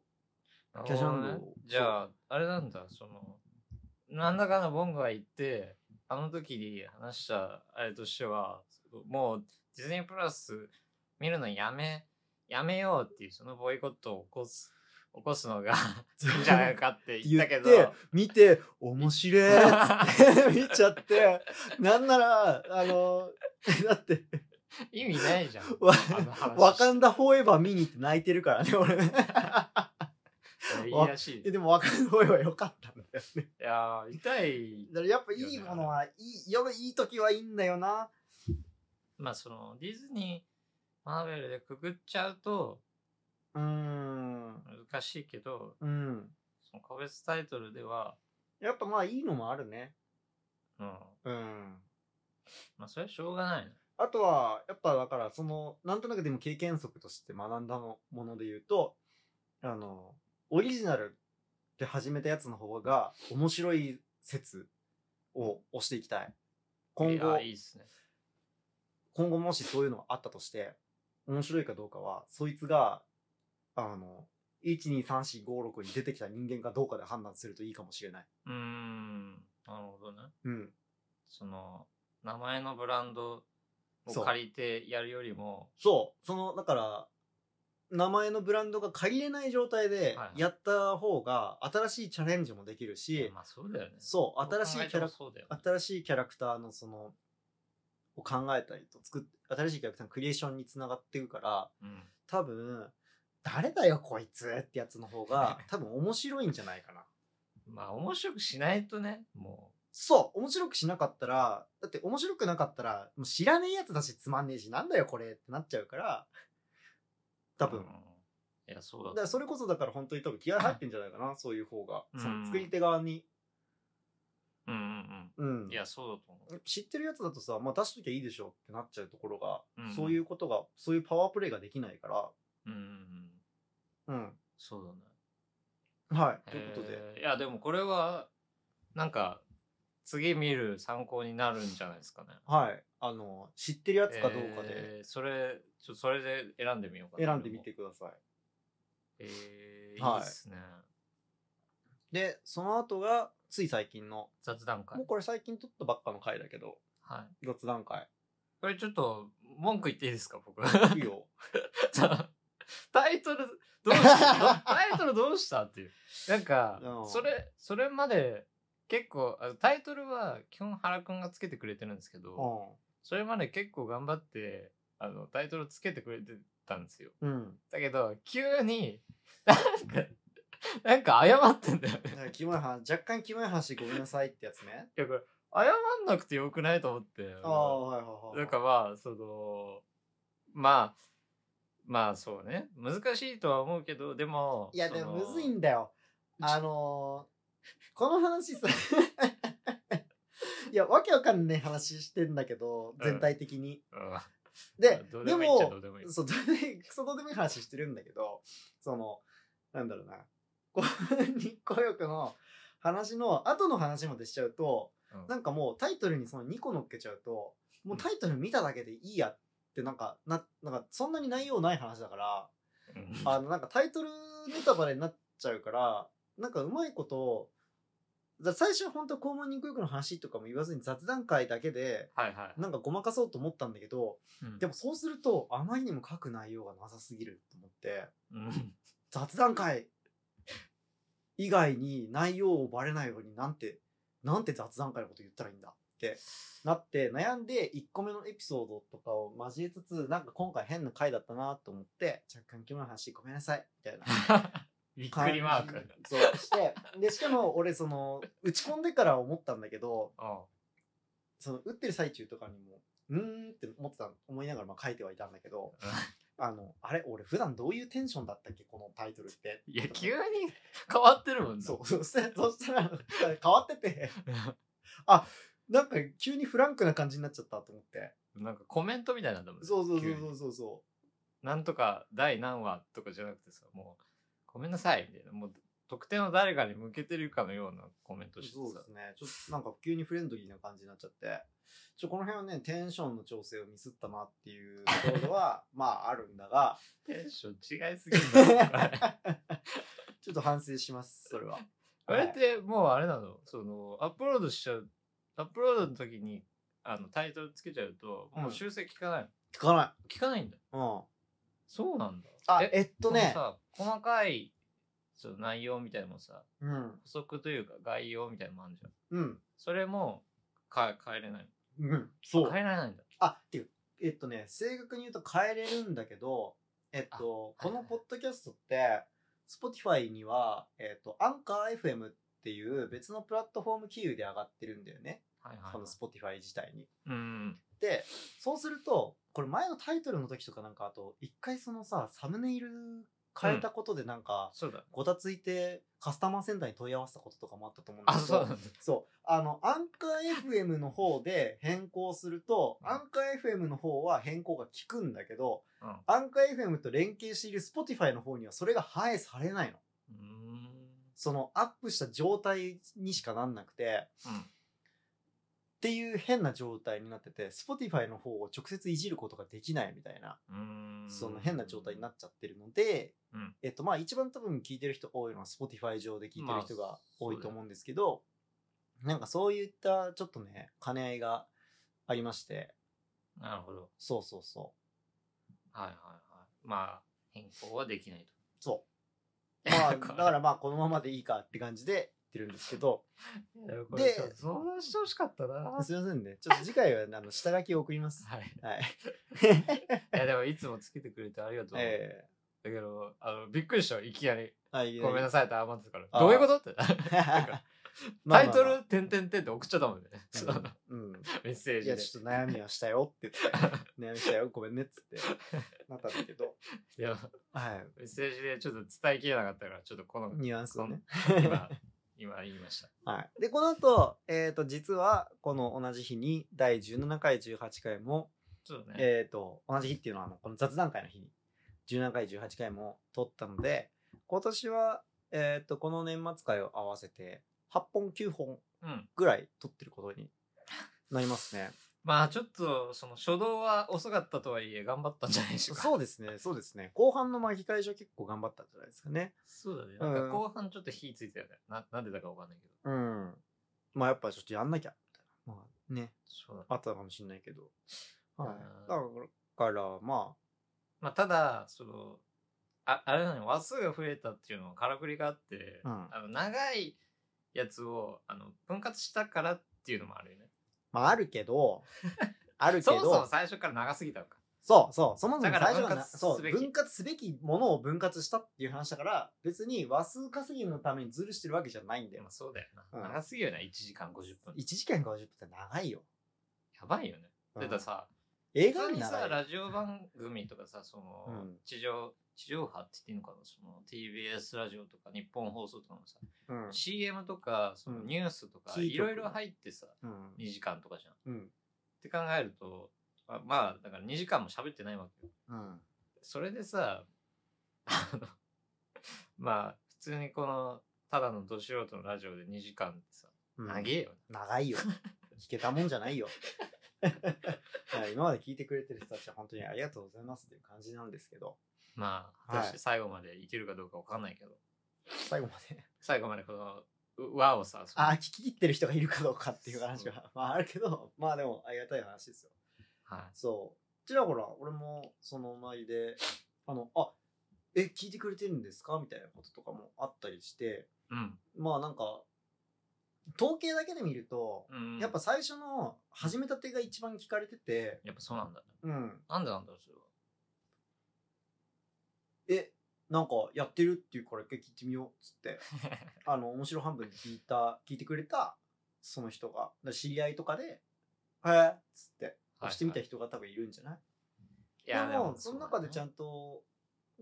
なるキャほシャどンねドじゃあ、あれなんだ、その、なんだかんだボンが言って、あの時に話したあれとしては、もうディズニープラス見るのやめ、やめようっていう、そのボイコットを起こす、起こすの がいいんじゃないかって言ったけど、言って見て面白いっつ って見ちゃってなんならあの だって意味ないじゃん。わあの話ワカンダフォーエバー見に行って泣いてるからね 俺ねいやいいらしい。えいでもワカンダフォーエバー良かったんだよねやー、痛 い。だからやっぱいいものはいい夜いい時はいいんだよなまあその、ディズニー、マーベルでくぐっちゃうとうーん難しいけど、うんその個別タイトルでは、やっぱまあいいのもあるねうん、うんまあそれはしょうがないね。あとは、やっぱだから、その、なんとなくでも経験則として学んだのもので言うと、あの、オリジナルで始めたやつの方が面白い説を押していきたい。今い後や、いいですね。今後もしそういうのがあったとして、面白いかどうかは、そいつが、あの、1,2,3,4,5,6に出てきた人間かどうかで判断するといいかもしれない。うーん、なるほどね。うん。その、名前のブランドそをう借りてやるよりも、そう。その、だから、名前のブランドが借りれない状態ではいはいやった方が新しいチャレンジもできるし、まあそうだよね。そう、新しいキャラどう考えても、そうだよね。新しいキャラクターのその、を考えたりと、作っ、新しいキャラクターのクリエーションにつながっていくから、うん。多分、誰だよこいつってやつの方 が多分面白いんじゃないかな。まあ面白くしないとね、もそう面白くしなかったら、だって面白くなかったら、もう知らねえやつだしつまんねえし、なんだよこれってなっちゃうから、う。多分うん、いや、そうだだとからそれこそだから本当に多分気合入ってんじゃないかな、そういう方が。うんその作り手側に。うんうんうんうん。いや、そうだと思う。知ってるやつだとさ、まあ出しときゃいいでしょってなっちゃうところが、うんそういうことが、そういうパワープレイができないから、うんうんうん。うん。そうだね。はい。ということで。えーいや、でもこれは、なんか、次見る参考になるんじゃないですかね。はい。あの、知ってるやつかどうかでえーそれ、ちょ、それで選んでみようかな。選んでみてください。俺も。えー、いはいいですね。で、その後が、つい最近の、雑談会もう。これ最近撮ったばっかの回だけど、はい。雑談 会。これちょっと、文句言っていいですか、 僕。いいよ。じゃあタイトル、どうしたタイトルどうしたっていう。なんかう、んそれ、それまで、結構、あタイトルは基本原くんがつけてくれてるんですけど、うそれまで結構頑張って、あの、タイトルつけてくれてたんですよ。ん。 うん。だけど、急に、なんか、なんか謝ってんだよね。だからキモい話、若干キモい話ごめんなさいってやつ ね。いや、これ、謝んなくてよくないと思って。ああ、はいはいはい。なんか、まあ、その、まあ、まあそうね。難しいとは思うけど、でも、いや、そでものむずいんだよ。あのー、この話さ、いや、わけわかんない話してんだけど、全体的に。うんでど、うでもいいっちゃどもう、でもいい。そう、どうでもいいクソどうでもいい話してるんだけど、その、なんだろうな、こう、日光浴の話の後の話までしちゃうと、うんなんかもうタイトルにその2個乗っけちゃうと、もうタイトル見ただけでいいやって、なんか、な、なんか、そんなに内容ない話だから、うんあの、なんかタイトルネタバレになっちゃうから、なんかうまいこと、だ最初は本当は肛門肉浴の話とかも言わずに雑談会だけで、はいはい。なんかごまかそうと思ったんだけど、うんでもそうすると、あまりにも書く内容がなさすぎると思って、うん 雑談会以外に内容をバレないようになんて、なんて雑談会のこと言ったらいいんだってなって悩んで1個目のエピソードとかを交えつつ、なんか今回変な回だったなと思って、若干今日の話ごめんなさい、みたいな。びっくりマーク。そうして、で、しかも俺その、打ち込んでから思ったんだけど、うんその打ってる最中とかにも、うーんって思ってたの、思いながらまあ書いてはいたんだけど、あの、あれ、俺普段どういうテンションだったっけ、このタイトルって。いや、急に変わってるもんな。そう、そして、そしたら、変わってて、あ、なんか急にフランクな感じになっちゃったと思って。なんかコメントみたいなんだもんねそうそう急そうにそうそうそなんとか第何話とかじゃなくてさ、もう、ごめんなさい、みたいな。もう、特定の誰かに向けてるかのようなコメントう。してそうでさす。ね。ちょっとなんか急にフレンドリーな感じになっちゃって。ちょ、この辺はね、テンションの調整をミスったなっていうところ は、まああるんだが、テンション違いす ぎるな。これ ちょっと反省します、それは。あれってもうあれなのその、アップロードしちゃう、アップロードの時に、あの、タイトルつけちゃうと、もう修正聞かないの。聞かな聞かないんだよ。い。うん。そうなんだ。あ、ええっとねこ、のさ、細かい、その内容みたいなのもさ、うん。補足というか概要みたいなのもあるじゃん。うん。それも、か変えれない。うん。そう変。えられないんだ。あ、っていう、えっとね、正確に言うと変えれるんだけど、えっと、あこはいはいのポッドキャストって、Spotify には、えっと、アンカー FM っていう別のプラットフォーム経由で上がってるんだよね。はいはいこのはい。 Spotify 自体に。うん。で、そうすると、これ前のタイトルの時とかなんか、あと、一回そのさ、サムネイル変えたことでなんか、そうだ。ごたついてカスタマーセンターに問い合わせたこととかもあったと思うんであ、すけそどうなんだ。そうあのアンカー FM の方で変更するとアンカー FM の方は変更が効くんだけどうん。アンカー FM と連携している Spotify の方にはそれが反映されないのうーんそのアップした状態にしかなんなくてっていう変な状態になってて Spotify の方を直接いじることができないみたいなうん。うーんその変な状態になっちゃってるので、うんえっとまあ一番多分聞いてる人多いのは Spotify 上で聞いてる人まあが多いそうだとよ思うんですけど、なんかそういったちょっとね兼ね合いがありましてなるほど。そうそうそうはいはいはい。まあ、変更はできないと。そ うまあだからまあこのままでいいかって感じで言ってるんですけどでで、相談してほしかったな。 はすいませんねちょっと次回はあの下書きを送りますい。はい、 いや、でもいつもつけてくれてありがとう。えだけど、あの、びっくりしたよいきなり。ーはいごめんなさいって謝ってたから。あどういうことって。 まあまあまあタイトル、点点点って送っちゃったもんね。そのうん、メッセーいジや、。でちょっと悩みはしたよって言 って、悩みしたよ、ごめんねっつって、なったんだけど、いや、はい、メッセージでちょっと伝えきれなかったから、ちょっとこの、ニュアンスをね。 今、今言いました。はい。で、この後、えっ、と、実は、この同じ日に、第17回、18回も、そうね。えっ、と、同じ日っていうのは、あの、この雑談会の日に、 17回、18回も撮ったので、今年は、えーっと、この年末回を合わせて、8本、9本うん。ぐらい撮ってることになりますね。まあ ちょっと、その初動は遅かったとはいえ頑張ったんじゃないですか。そうですね、そうですね。後半の巻き返しは結構頑張ったんじゃないですかね。そうだね。うなんんか後半ちょっと火ついたよね。な、なんでだかわかんないけど。うん。まあやっぱちょっとやんなきゃ、みたいな。まあね、そうだね。あったかもしれないけど。はいうん。だから、ままあただ、その、あ、あれなのよ話数が増えたっていうのはからくりがあって、うんあの、長いやつを、あの、分割したからっていうのもあるよね。あ、まああるけ ど、あるけそど、もそも最初から長すぎたのか。そうそう、そもそもだ最から初が分な割そうすべき分割すべきものを分割したっていう話だから、別に和数稼ぎのためにズルしてるわけじゃないんだでよも。そうだよな。うん長すぎるよね、1時間50分。 1時間50分って長いよ。やばいよね。うんだってさ、映普画通にに長さ、いよ。ラジオ番組とかさ、その、うん地上、地上波って言っていいのかな、その TBS ラジオとか日本放送とかのさ、うん。 CM とか、そのうんニュースとか、キー局いろいろ入ってさ、うん。 2時間とかじゃん。っうん。て考えると、あまあ、だから2時間も喋ってないわけよ。うん。それでさ、あの、 まあ、普通にこの、ただのど素人のラジオで2時間ってさ、うん長えよね。長 いよ。聞けたもんじゃないよ。 いや今まで聞いてくれてる人たちは本当にありがとうございますっていう感じなんですけど、まあ、果たして最後までいけるかどうかわかんないけど、最後まで、最後までこの、う和をさ、そのああ、聞き切ってる人がいるかどうかっていう話が、まああるけど、まあでもありがたい話ですよ。はい。そう。ちらほら、俺もその前で、あの、あえ、聞いてくれてるんですかみたいなこととかもあったりして、うん。まあなんか、統計だけで見ると、うんやっぱ、最初の始めたてが一番聞かれてて、やっぱそうなんだ。うん。なんでなんだろう、それは。え、なんかやってるっていうから一回聞いてみようっつって、あの、面白半分で聞いた、聞いてくれた、その人が、だから知り合いとかで、へえっつって、押してみたい人が多分いるんじゃないいや、でもその中でちゃんんと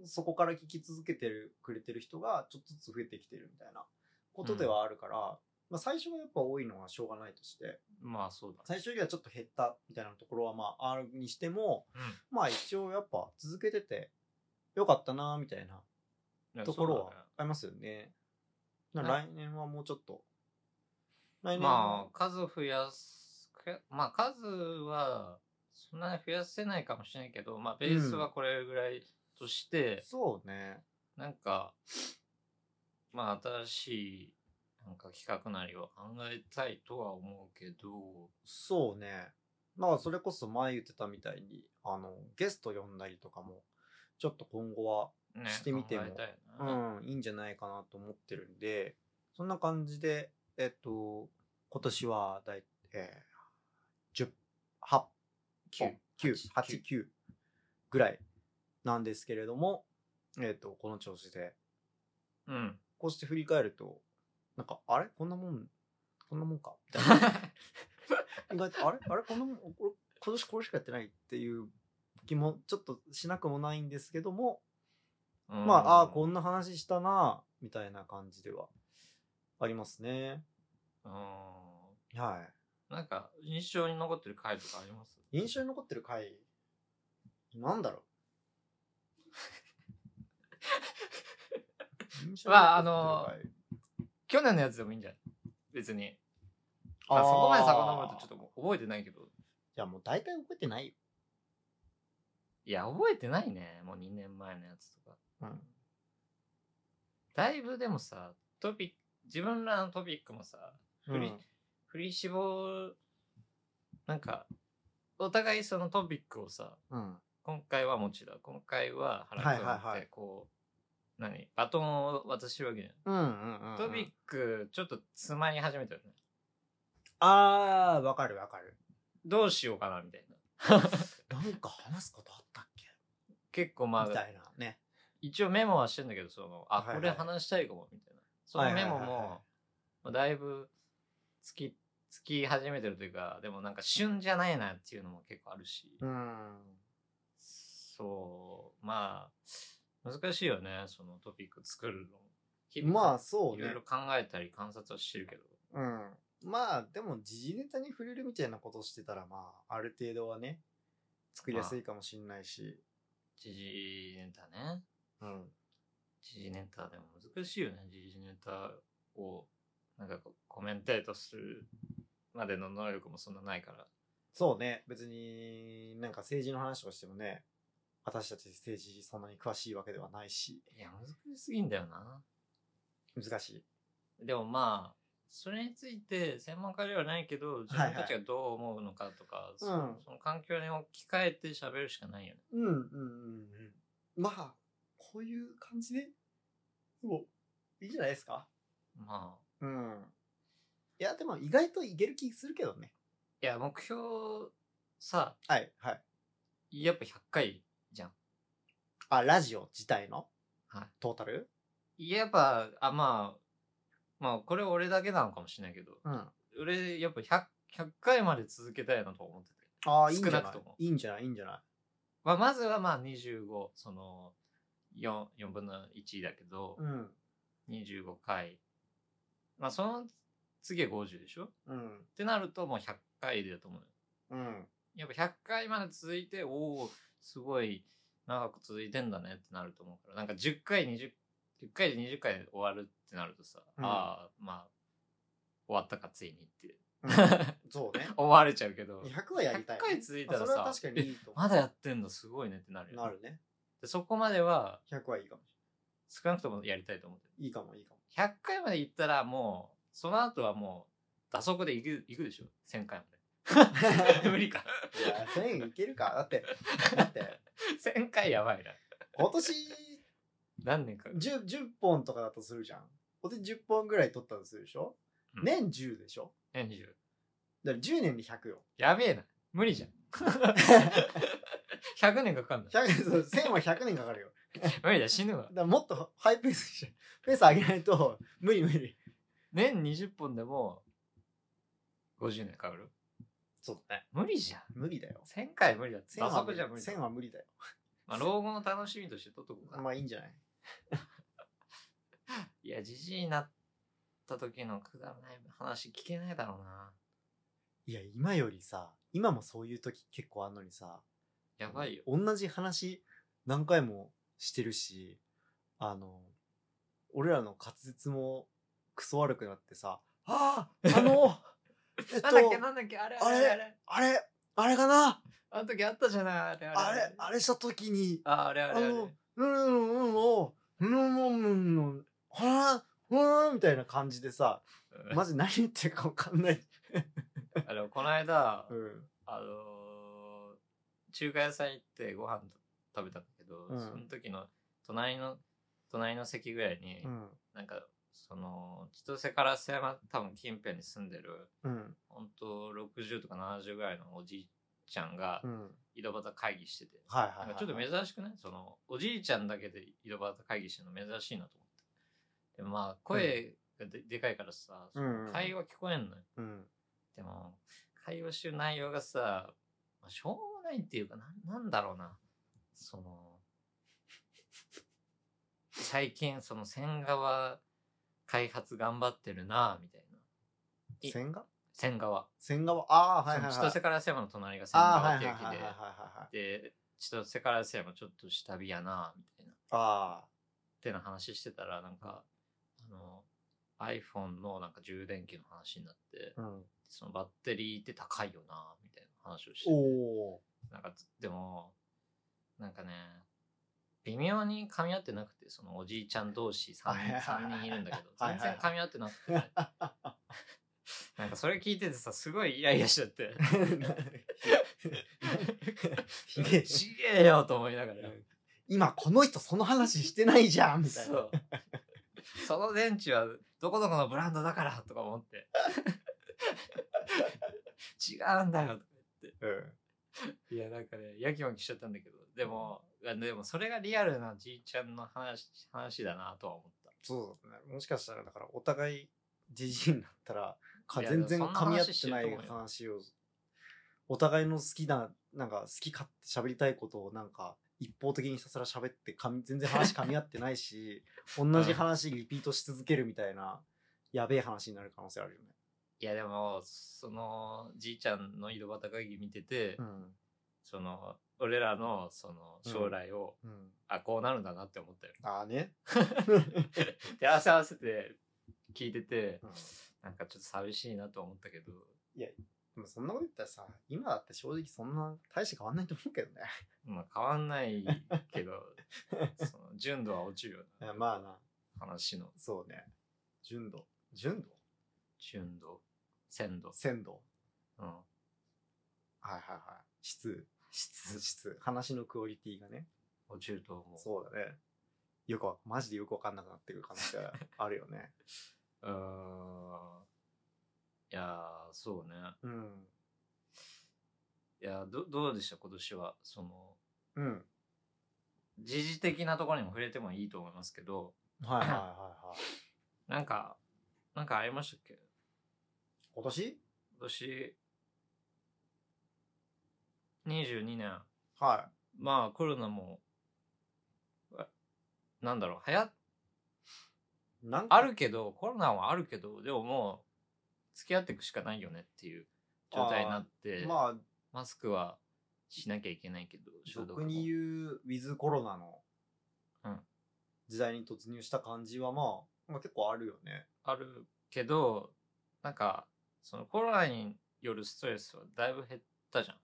そこから聞き続けてるくれてる人がちょっとずつ増えてきてるみたいなことではあるから、まあ、最初がやっぱ多いのはしょうがないとしてまあそうだ。最初よりはちょっと減ったみたいなところはまああるにしてもうまあ一応やっぱ続けててよかったなみたいなんところそうはだねありますよね。ん来年はもうちょっと来年まはあ、数増やす、くまあ数は、そんなに増やせないかもしれないけど、まあベースはこれぐらいとして、そうねなんか、まあ新しい、なんか企画なりを考えたいとは思うけど、そうね。まあ、それこそ前言ってたみたいに、あの、ゲスト呼んだりとかも、ちょっと今後は、ね、してみても考えたいな。うん、いいんじゃないかなと思ってるんで、そんな感じで、えっと、今年はだい、えー、10、8、9、9、8、9ぐらいなんですけれども、えっと、この調子で、うん。こうして振り返ると、なんか、あれこんなもん、こんなもんかみたいな。意外とあれあれこの俺今年これしかやってないっていう気もちょっとしなくもないんですけども、 まあああーこんな話したなみたいな感じではありますねうん。うんはなんか、印象に残ってる回とかありますい印象に残ってる回なん だろう印象にまああ残のってる回去年のやつでもいいんじゃない別に。ああーそこまで遡るとちょっともう覚えてないけど。いやもう大体覚えてないよ、いや、覚えてないね。もう2年前のやつとか。うん、だいぶでもさ、トピック、自分らのトピックもさ、振り、うん振り絞る、なんか、お互いそのトピックをさ、うん今回はもちろん、今回は原君はいはっいはて、こう、何バトンを渡してるわけじゃない。うんうんうんトピック、ちょっとつまり始めたよね。ああわかるわかるどうしようかな、みたいなな。んか話すことあったっけ結構まあみ、たいなね一応メモはしてんだけど、その、あ、はいはいこれ話したいかも、みたいな。そのはメモいはいはいはいも、まあだいぶ、つき、つき始めてるというか、でもなんか旬じゃないなっていうのも結構あるし、うんそう、まあ、難しいよね、そのトピック作るの。日々まあそういろねいろ考えたり観察はしてるけど。うんまあでも時事ネタに触れるみたいなことをしてたらまあある程度はね作りやすいかもしんないし、時事ネタね。うん。時事ネタでも難しいよね。時事ネタを、なんかこうコメンテートするまでの能力もそんなないから。そうね。別になんか政治の話をしてもね、私たち政治そんなに詳しいわけではないし、いや、難しすぎんだよな。難しい。でもまあ、それについて専門家ではないけど、自分たちがどう思うのかとか、そうんその環境に置き換えて喋るしかないよね。うんうんうんうん。まあ、こういう感じで、もう、いいじゃないですか。まあ、うん。いや、でも意外といける気するけどね。いや、目標、さ、はい、はい。やっぱ100回じゃん。あ、ラジオ自体のはトータルい。やっぱ、あ、まあ、まあ、これ俺だけなのかもしれないけど、うん。あ俺、やっぱ 100, 100回まで続けたいなと思ってて。あ、いいんじゃ少ななくともいいいんじゃないいいんじゃないまあ、まずはまあ25、その、4、4分の1だけど、うん。 25回。まあ、その次は50でしょっうん。てなるともう100回だと思うよ。うん。やっぱ100回まで続いて、おおすごい長く続いてんだねってなると思うから、なんか10回、20、10回で20回で終わるってなるとさ、うんああ、まあ、終わったか、ついにって。 そうね。思われちゃうけど、 200はやりたい。 100回続いたらあさそれは確かにいいと思まだやってんのすごいねってなるう。よなね。るね。でそこまでは100はいいかもし少なくともやりたいと思ってる。れない。いいかも、いいかも。 100回まで行ったらもう、その後はもう、打足で行く、行くでしょ ?1000 回 まで。無理か。いや、1000いけるか。だって、だって、 1000回やばいな。今年何年か。 10, 10本とかだとするじゃん。今年10本ぐらい取ったとするでしょ、うん年10でしょ年中。だから10年で100よ。やべえな。無理じゃ ん。100年かかんない。 100そう1000は100年かかるよ。無理だ、死ぬわだ。からもっとハイペースにしペース上げないと、無理無理。年20本でも、50年かかるそうだね。無理じゃん。無理だよ。 1000回無理だ。 1000打は無足理じゃ無理だ。 1000は無理だよ。まあ、老後の楽しみとして取っとこうか。まあいいんじゃないいや、じじいになった時のくだらない話聞けないだろうな。いや、今よりさ、今もそういう時結構あんのにさ、やばいよ。同じ話何回もしてるし、あの、俺らの滑舌もクソ悪くなってさ、あああ の、えっとなんだっけ、なんだっけ、あれ、あれ、ああれれ。あれ、あれかなあの時あったじゃない、あれ、あれ。あれ、あれした時に、ああれあれああれのうんうんうんを、うんうんうんうん、はぁ、うんみたいな感じでさ、うんマジ何言ってるかわかんない。あのこの間、うん。あのー中華屋さん行ってご飯食べたんだけど、うんその時の隣の隣の席ぐらいに、うん。なんかその千歳烏山多分近辺に住んでるうん。本当60とか70ぐらいのおじいちゃんがうん。井戸端会議してて、はいはい、なんはかい。ちょっと珍しくないそのおじいちゃんだけで井戸端会議してるの珍しいなと思ってでもまあ声がで,、でかいからさうんうん会話聞こえんのよ、うん。でも、会話してる内容がさ、まあしょうがないっていうか、なんなんだろうな。その、最近、その線側開発頑張ってるな、みたいな。い線画線側。線画は、ああ、はいはいはい。その千歳から山の隣が線ああ、側はいっはいていうはい駅はいはいはい。で、で、千歳から山ちょっと下火やな、みたいな。っあてな話してたら、なんか、あの、iPhone のなんか充電器の話になって、あ。うん。そのバッテリーって高いよな、みたいな話をしてて。おー。なんかつ、でも、なんかね、微妙に噛み合ってなくて、そのおじいちゃん同士はいはいは3人い三人いるんだけど、はいはい全は然い噛み合ってなく て、なんかそれ聞いててさ、すごいイライラしちゃって、 ひでえしちげえよと思いながら。今この人その話してないじゃんみたいそな。う。その電池はどこどこのブランドだからとか思って。 違うんだよとか言っうんて。いや、なんかね、やきもきしちゃったんだけど、でも、でもそれがリアルなじいちゃんの話、話だなとは思った。そうだね。もしかしたらだからお互いじじいになったらかいや全然でもそんな噛み合っ話しててるなと思ういよ話をお互いの好きななんか好き勝手喋りたいことをなんか一方的にひたすら喋って噛み全然話噛み合ってない し同じ話リピートし続けるみたいなやべえ話になる可能性あるよね。いやでも、その、じいちゃんの井戸端会議見てて、うんその、俺らのその将来を、うん、あ、こうなるんだなって思ったよ。ああ ね、で、合わせ合わせて聞いてて、うんなんかちょっと寂しいなと思ったけど、でもそんなこと言ったらさ今だって正直そんな大して変わんないと思うけどねまあ変わんないけど、その純度は落ちるよいやな。まあな話のそうね純度純度純度、鮮度、鮮度うん、はいはいはい質質、質話のクオリティがね落ちると思う。そうだねよくわマジでよくわかんなくなってくる可能性があるよ ねうーん。いやー、そうね。うんいやーど、どうでした今年は。その、うん時事的なところにも触れてもいいと思いますけど、はいはいはいはいなんか、なんかありましたっけ今年今年、22年。はまあ、コロナも、あなんだろう、流行っいなんかあるけど、コロナはあるけど、でももう、付き合っていくしかないよねっていう状態になって、まあマスクはしなきゃいけないけど、消毒俗もに言うウィズコロナのうん時代に突入した感じはまあ、まあ、結構あるよねあるけど、なんか、そのコロナによるストレスはだいぶ減ったじゃん。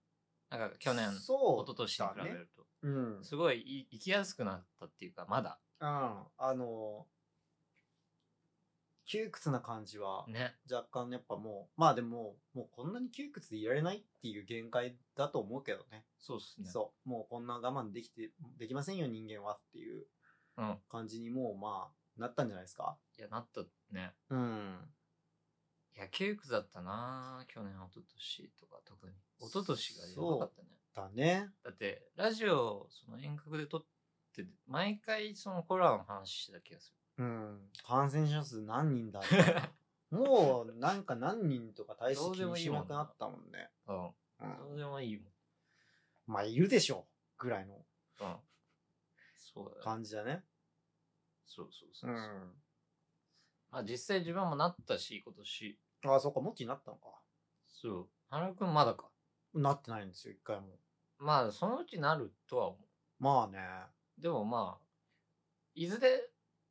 なんか去年、一そう昨年に比べだねると。うんすごいい生きやすくなったっていうか、まだ。うん、あの窮屈な感じはね。若干やっぱもうまあでももうこんなに窮屈でいられないっていう限界だと思うけどねそうっすね。そうもうこんな我慢できてできませんよ人間はっていううん感じにもうまあなったんじゃないですかいや、なったね。うんいや、窮屈だったな去年、一昨年とか特に。一昨年がやばかったね。だねだって、ラジオ、その遠隔で撮って、毎回そのコロナの話してた気がすうん感染者数何人だろうな もうなんか何人とか大して気にしなくなったもんねる。うん。うんどうでもいいもん。まあいるでしょうぐらいのうん。そうだよ。感じだねそうそうそうそう。まあ実際自分もなったし、今年。ああそっかもっちになったのかそう。原くんまだか。なってないんですよ一回もまあそのうちなるとは思まあねう。でもまあ、いずれ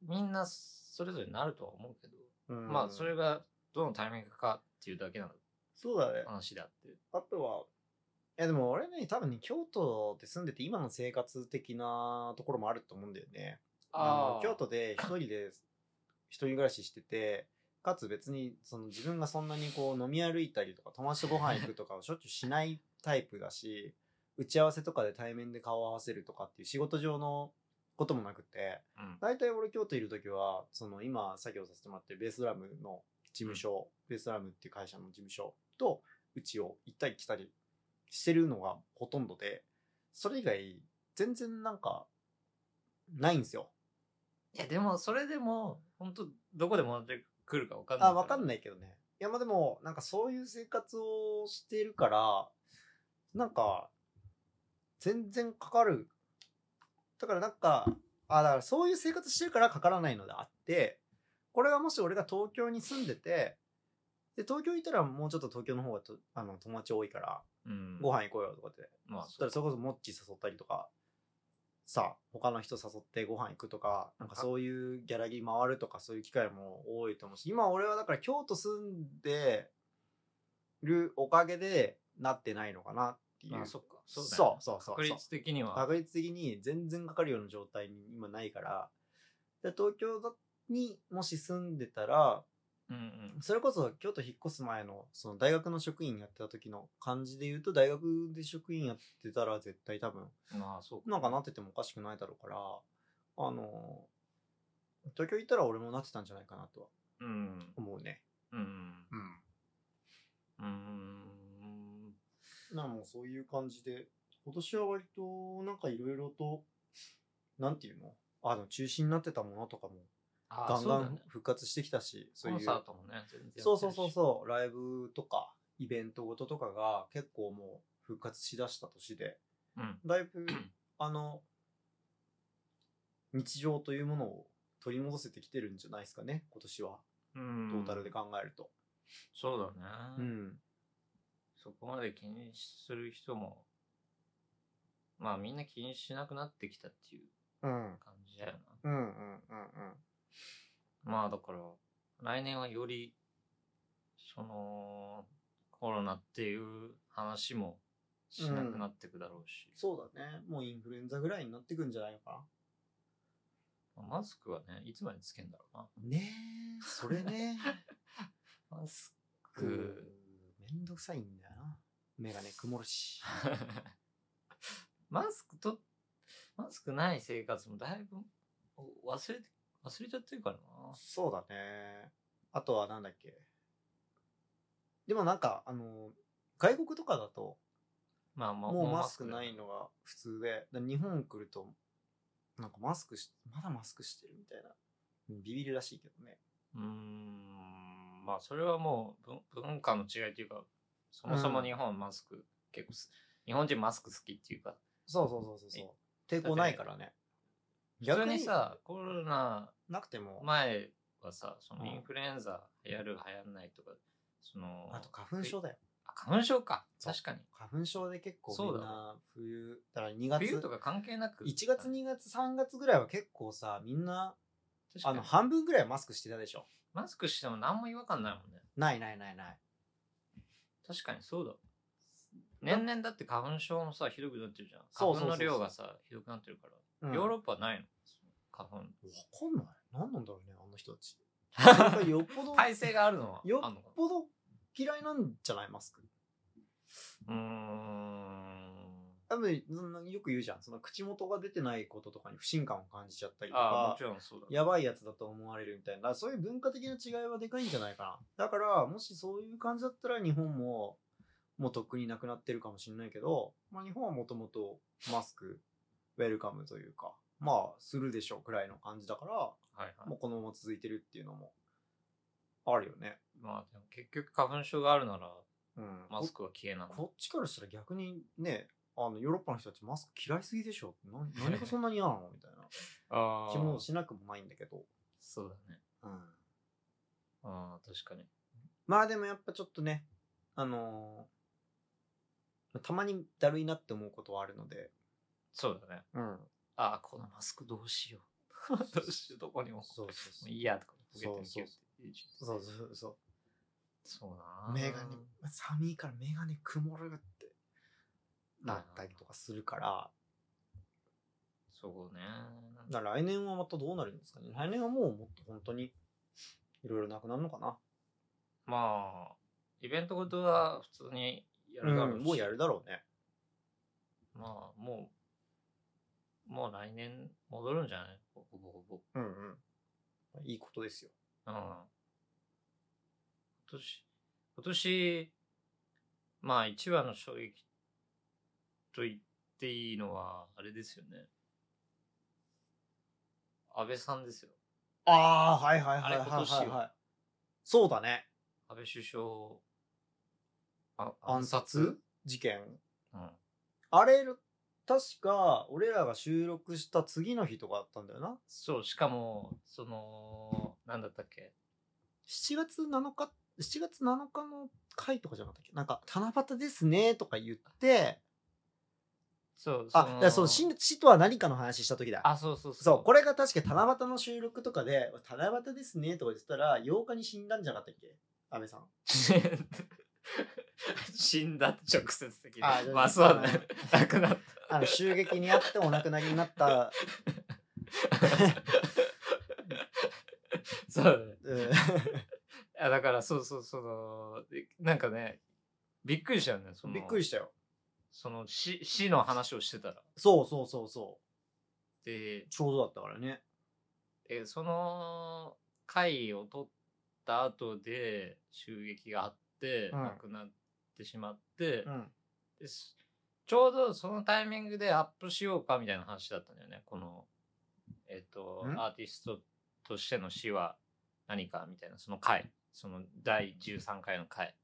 みんなそれぞれなるとは思うけど、うんまあそれがどのタイミングかっていうだけのそうだね話であって。あとはいやでも俺ね多分ね京都で住んでて今の生活的なところもあると思うんだよねの京都で一人で一人暮らししててかつ別にその自分がそんなにこう飲み歩いたりとか友達とご飯行くとかをしょっちゅうしないタイプだし打ち合わせとかで対面で顔を合わせるとかっていう仕事上のこともなくてうん。大体俺京都いる時はその今作業させてもらってるベースドラムの事務所、ベースドラムっていう会社の事務所とうちを行ったり来たりしてるのがほとんどでそれ以外全然なんかないんですよいやでもそれでも、本当どこで戻ってくるか分かんないあ分かんい。ないけどねいやまあでもなんかそういう生活をしてるからなんか全然かかるだからなんかあだからそういう生活してるからかからないのであってこれがもし俺が東京に住んでてで東京いたらもうちょっと東京の方がとあの友達多いからうん。ご飯行こうよとかってまあそしそたうらそれこそモッチー誘ったりとかさ他の人誘ってご飯行くとかなんかそういうギャラリー回るとかそういう機会も多いと思うし今俺はだから京都住んでるおかげでなってないのかなっていう、まあそっか。そうだよそねうそうそう確率的には。確率的に全然かかるような状態に今ないからで東京だにもし住んでたらうんうん。それこそ京都引っ越す前のその大学の職員やってた時の感じで言うと大学で職員やってたら絶対多分まあそうか。なんかなっててもおかしくないだろうからあの東京行ったら俺もなってたんじゃないかなとはうん。思うねうん。うんうーん。なんかもうそういう感じで今年は割となんかいろいろとなんていうのあの中止になってたものとかもあガンガそうだンね。復活してきたしそコういンうサートもね、全然やってるしそうそうそうそうライブとかイベントごととかが結構もう復活しだした年でうん。だい ぶあの日常というものを取り戻せてきてるんじゃないですかね今年はうん。トータルで考えるとそううだね。んそこまで気にする人もまあみんな気にしなくなってきたっていううん。感じだようんうんうんうん。な。まあだから、来年はより、その、コロナっていう話もしなくなってくだろうし、そうだね。もうインフルエンザぐらいになってくんじゃないのかまあマスクはね、いつまでつけんだろうな。な。ねえ、それ ね。マスうク、めんどくさいんだよな。メガネ曇るし。マスクと、マスクない生活もだいぶお忘れて、忘れちゃってるからな。そうだね。あとはなんだっけ。でもなんか、あの、外国とかだと、まあまあ、もうマスクないの。のが普通で、だ日本来ると、なんかマスクし、まだマスクしてるみたいな。うんビビるらしいけどね。うーん、まあそれはもう文文化の違いというか、そもそも日本マスク結構す、日本人マスク好きっていうか、そうそうそうそうそう。抵抗ないからね。普逆通ににさ、さ、コロナなくても、前はさ、そうのんインフルエンザ流行る流行んないとか、その、あと花粉症だよ。あ花粉症か。そう確かに。花粉症で結構みんな冬、だから2月、冬とか関係なく。 1月、に、 2月、3月ぐらいは結構さ、みんな、あ確かの、に。半分ぐらいはマスクしてたでしょ。マスクしても何も違和感ないもんね。ないないないない。確かにそうだ。年々だって花粉症もさ、ひどくなってるじゃん。そ花うそうそ粉うそうの量がさ、ひどくなってるから。うんヨーロッパはないの花粉。わかんない。何なんだろうね、あの人た ち。なん かよっぽど、体勢があるのはよあんっのかぽど嫌いなんじゃないマスク。うーん。多分、そんなよく言うじゃん。その口元が出てないこととかに不信感を感じちゃったりとああ、もかち、ろんそうだ。やばいやつだと思われるみたいな、そういう文化的な違いはでかいんじゃないかな。だから、もしそういう感じだったら日本も、もうとっくになくなってるかもしれないけど、まあ日本はもともとマスク、ウェルカムというか、まあ、するでしょうくらいの感じだから、はいはい。もうこのまま続いてるっていうのも、あるよね。まあでも結局花粉症があるなら、うん。マスクは消えない。ここっちからしたら逆にね、あの、ヨーロッパの人たちマスク嫌いすぎでしょな何がそんなに嫌な のみたいなあ気もしなくもないんだけど。そうだね。うん。ああ、確かに。まあでもやっぱちょっとね、あのーたまにだるいなって思うことはあるので。そうだね。うん。ああ、このマスクどうしよ う。どうしよう、どこにも。もそうそうそうい。いや、とか、ポそケットうにそキュうッて入れちゃうそうそうそそうなう。メガネ、寒いからメガネ曇るってなったりとかするから、そうね。だから来年はまたどうなるんですかね。来年はもうもっと本当にいろいろなくなるのかな。まあ、イベントごとは普通にやるだろうし、もうやるだろうね。まあ、もう、もう来年戻るんじゃないほぼほぼ。うんうん。いいことですよ。うん。今年、今年、まあ一番の衝撃と言っていいのは、あれですよね。安倍さんですよ。ああ、はいはいはいはいあれ今年はい、よはい。そうだね。安倍首相、あ暗殺事件。うん。あれ、確か、俺らが収録した次の日とかだったんだよな。そう、しかも、その、なんだったっけ7月7日、7月7日の回とかじゃなかったっけなんか、七夕ですね、とか言って、そう、あ、だからその死、死とは何かの話した時だ。あ、そうそうそう。そう、これが確か七夕の収録とかで、七夕ですね、とか言ってたら、8日に死んだんじゃなかったっけ安倍さん。 死んだって直接的に。あじゃあまあそうだね。亡くなった。あの、襲撃にあってお亡くなりになった、そうだね。うんいやだからそうそうそのでなんかねびっくりしたよね そのびっくりしたよ。その死死の話をしてたらそうそうそうそう。でちょうどだったからね。えその回を取った後で襲撃があって、うん亡くなってしまって、ん。ですちょうどそのタイミングでアップしようかみたいな話だったんだよねこのえっ、とんアーティストとしての死は何かみたいなその回その第13回の回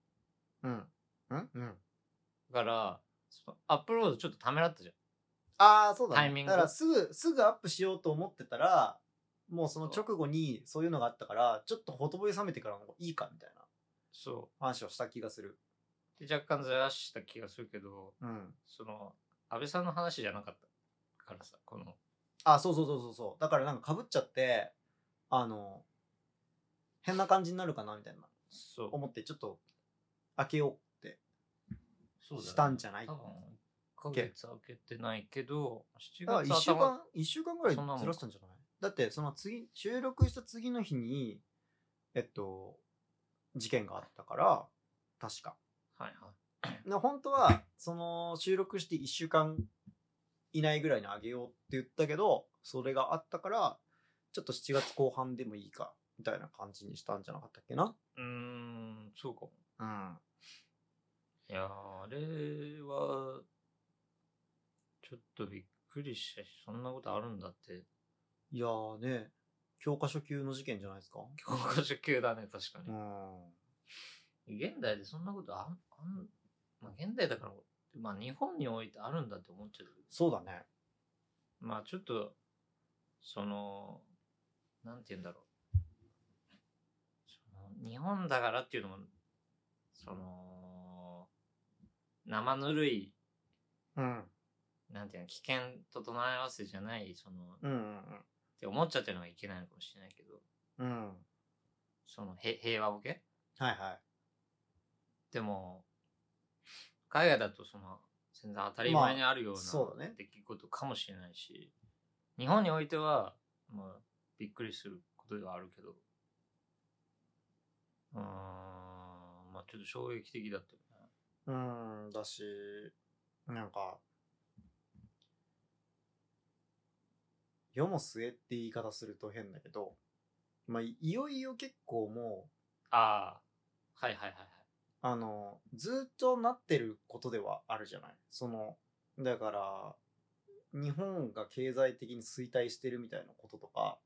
うん。うんうん。だからそのアップロードちょっとためらったじゃんああ、そうだ、ね。タイミングだからすぐ、すぐアップしようと思ってたら、もうその直後にそういうのがあったから、ちょっとほとぼり冷めてからもいいかみたいなそ話をした気がする。う。で、若干ずらした気がするけど、うん。その、安倍さんの話じゃなかったからさ、この、あ、そうそうそうそうそう。だからなんか被っちゃって、あの、変な感じになるかなみたいなそう。思って、ちょっと開けようってそうだねしたんじゃない多分、1ヶ月開けてないけど、7だから月1週頭間、一週間ぐらいずらしたんじゃないだって、その次、収録した次の日に、えっと、事件があったから、確か。はいで本当は、その、収録して1週間以内ぐらいにあげようって言ったけど、それがあったから、ちょっと7月後半でもいいか、みたいな感じにしたんじゃなかったっけな。うーん、そうかも。うん。いやー、あれは、ちょっとびっくりしたし、そんなことあるんだって。いやーね、教科書級の事件じゃないですか。教科書級だね、確かうに。ん。現代でそんなことあん、あん、まあ、現代だから、まあ日本においてあるんだって思っちゃう。そうだね。まあちょっと、その、なんて言うんだろう。その日本だからっていうのも、その、生ぬるい、うん。なんていうの、危険と隣り合わせじゃない、その、っうんうんて思っちゃってるのがいけないのかもしれないけど、うん。うん。はいその、へ平和ボケはい。でも、海外だとその、全然当たり前にあるようまあそうだなね出来事かもしれないし、日本においては、まあ、びっくりすることではあるけど、うーん、まあちょっと衝撃的だったよね。うん、だし、なんか、世も末って言い方すると変だけど、まあ、いいよいよ結構もああ、はいはいはいはい。う、あの、ずっとなってることではあるじゃないその、だから、日本が経済的に衰退してるみたいなこととか、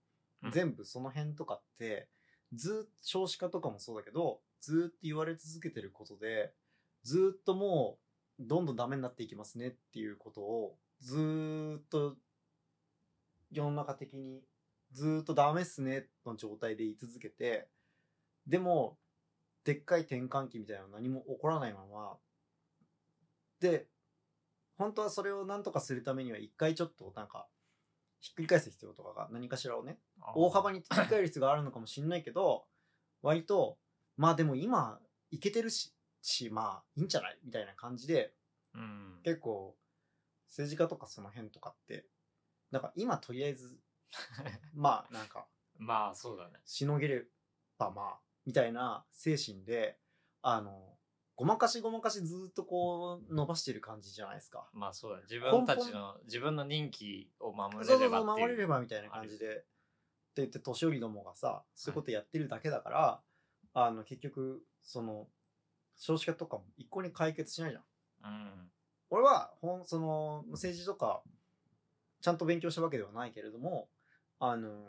うん全部その辺とかって、ずっと少子化とかもそうだけど、ずっと言われ続けてることで、ずっともう、どんどんダメになっていきますねっていうことを、ずっと、世の中的に、ずっとダメっすねの状態で言い続けて、でも、でっかい転換期みたいなの何も起こらないまま、で、本当はそれを何とかするためには一回ちょっとなんか、ひっくり返す必要とかが何かしらをね、あー大幅に切り替える必要があるのかもしれないけど、割と、まあでも今、いけてるし、し、まあいいんじゃないみたいな感じで、うん。結構、政治家とかその辺とかって、なんか今とりあえ ず、まあなんか、まあそうだね。しのげればまあ、みたいな精神で、あの、ごまかしごまかしずっとこう伸ばしてる感じじゃないですか。まあそうだね。自分たちの、自分の任期を守れそうそれうばそうって守れいれう。ばみたいな感じで。って言って年寄りどもがさそういうことやってるだけだから、あの結局その少子化とかも一向に解決しないじゃん。うん。俺はほんその政治とかちゃんと勉強したわけではないけれどもあの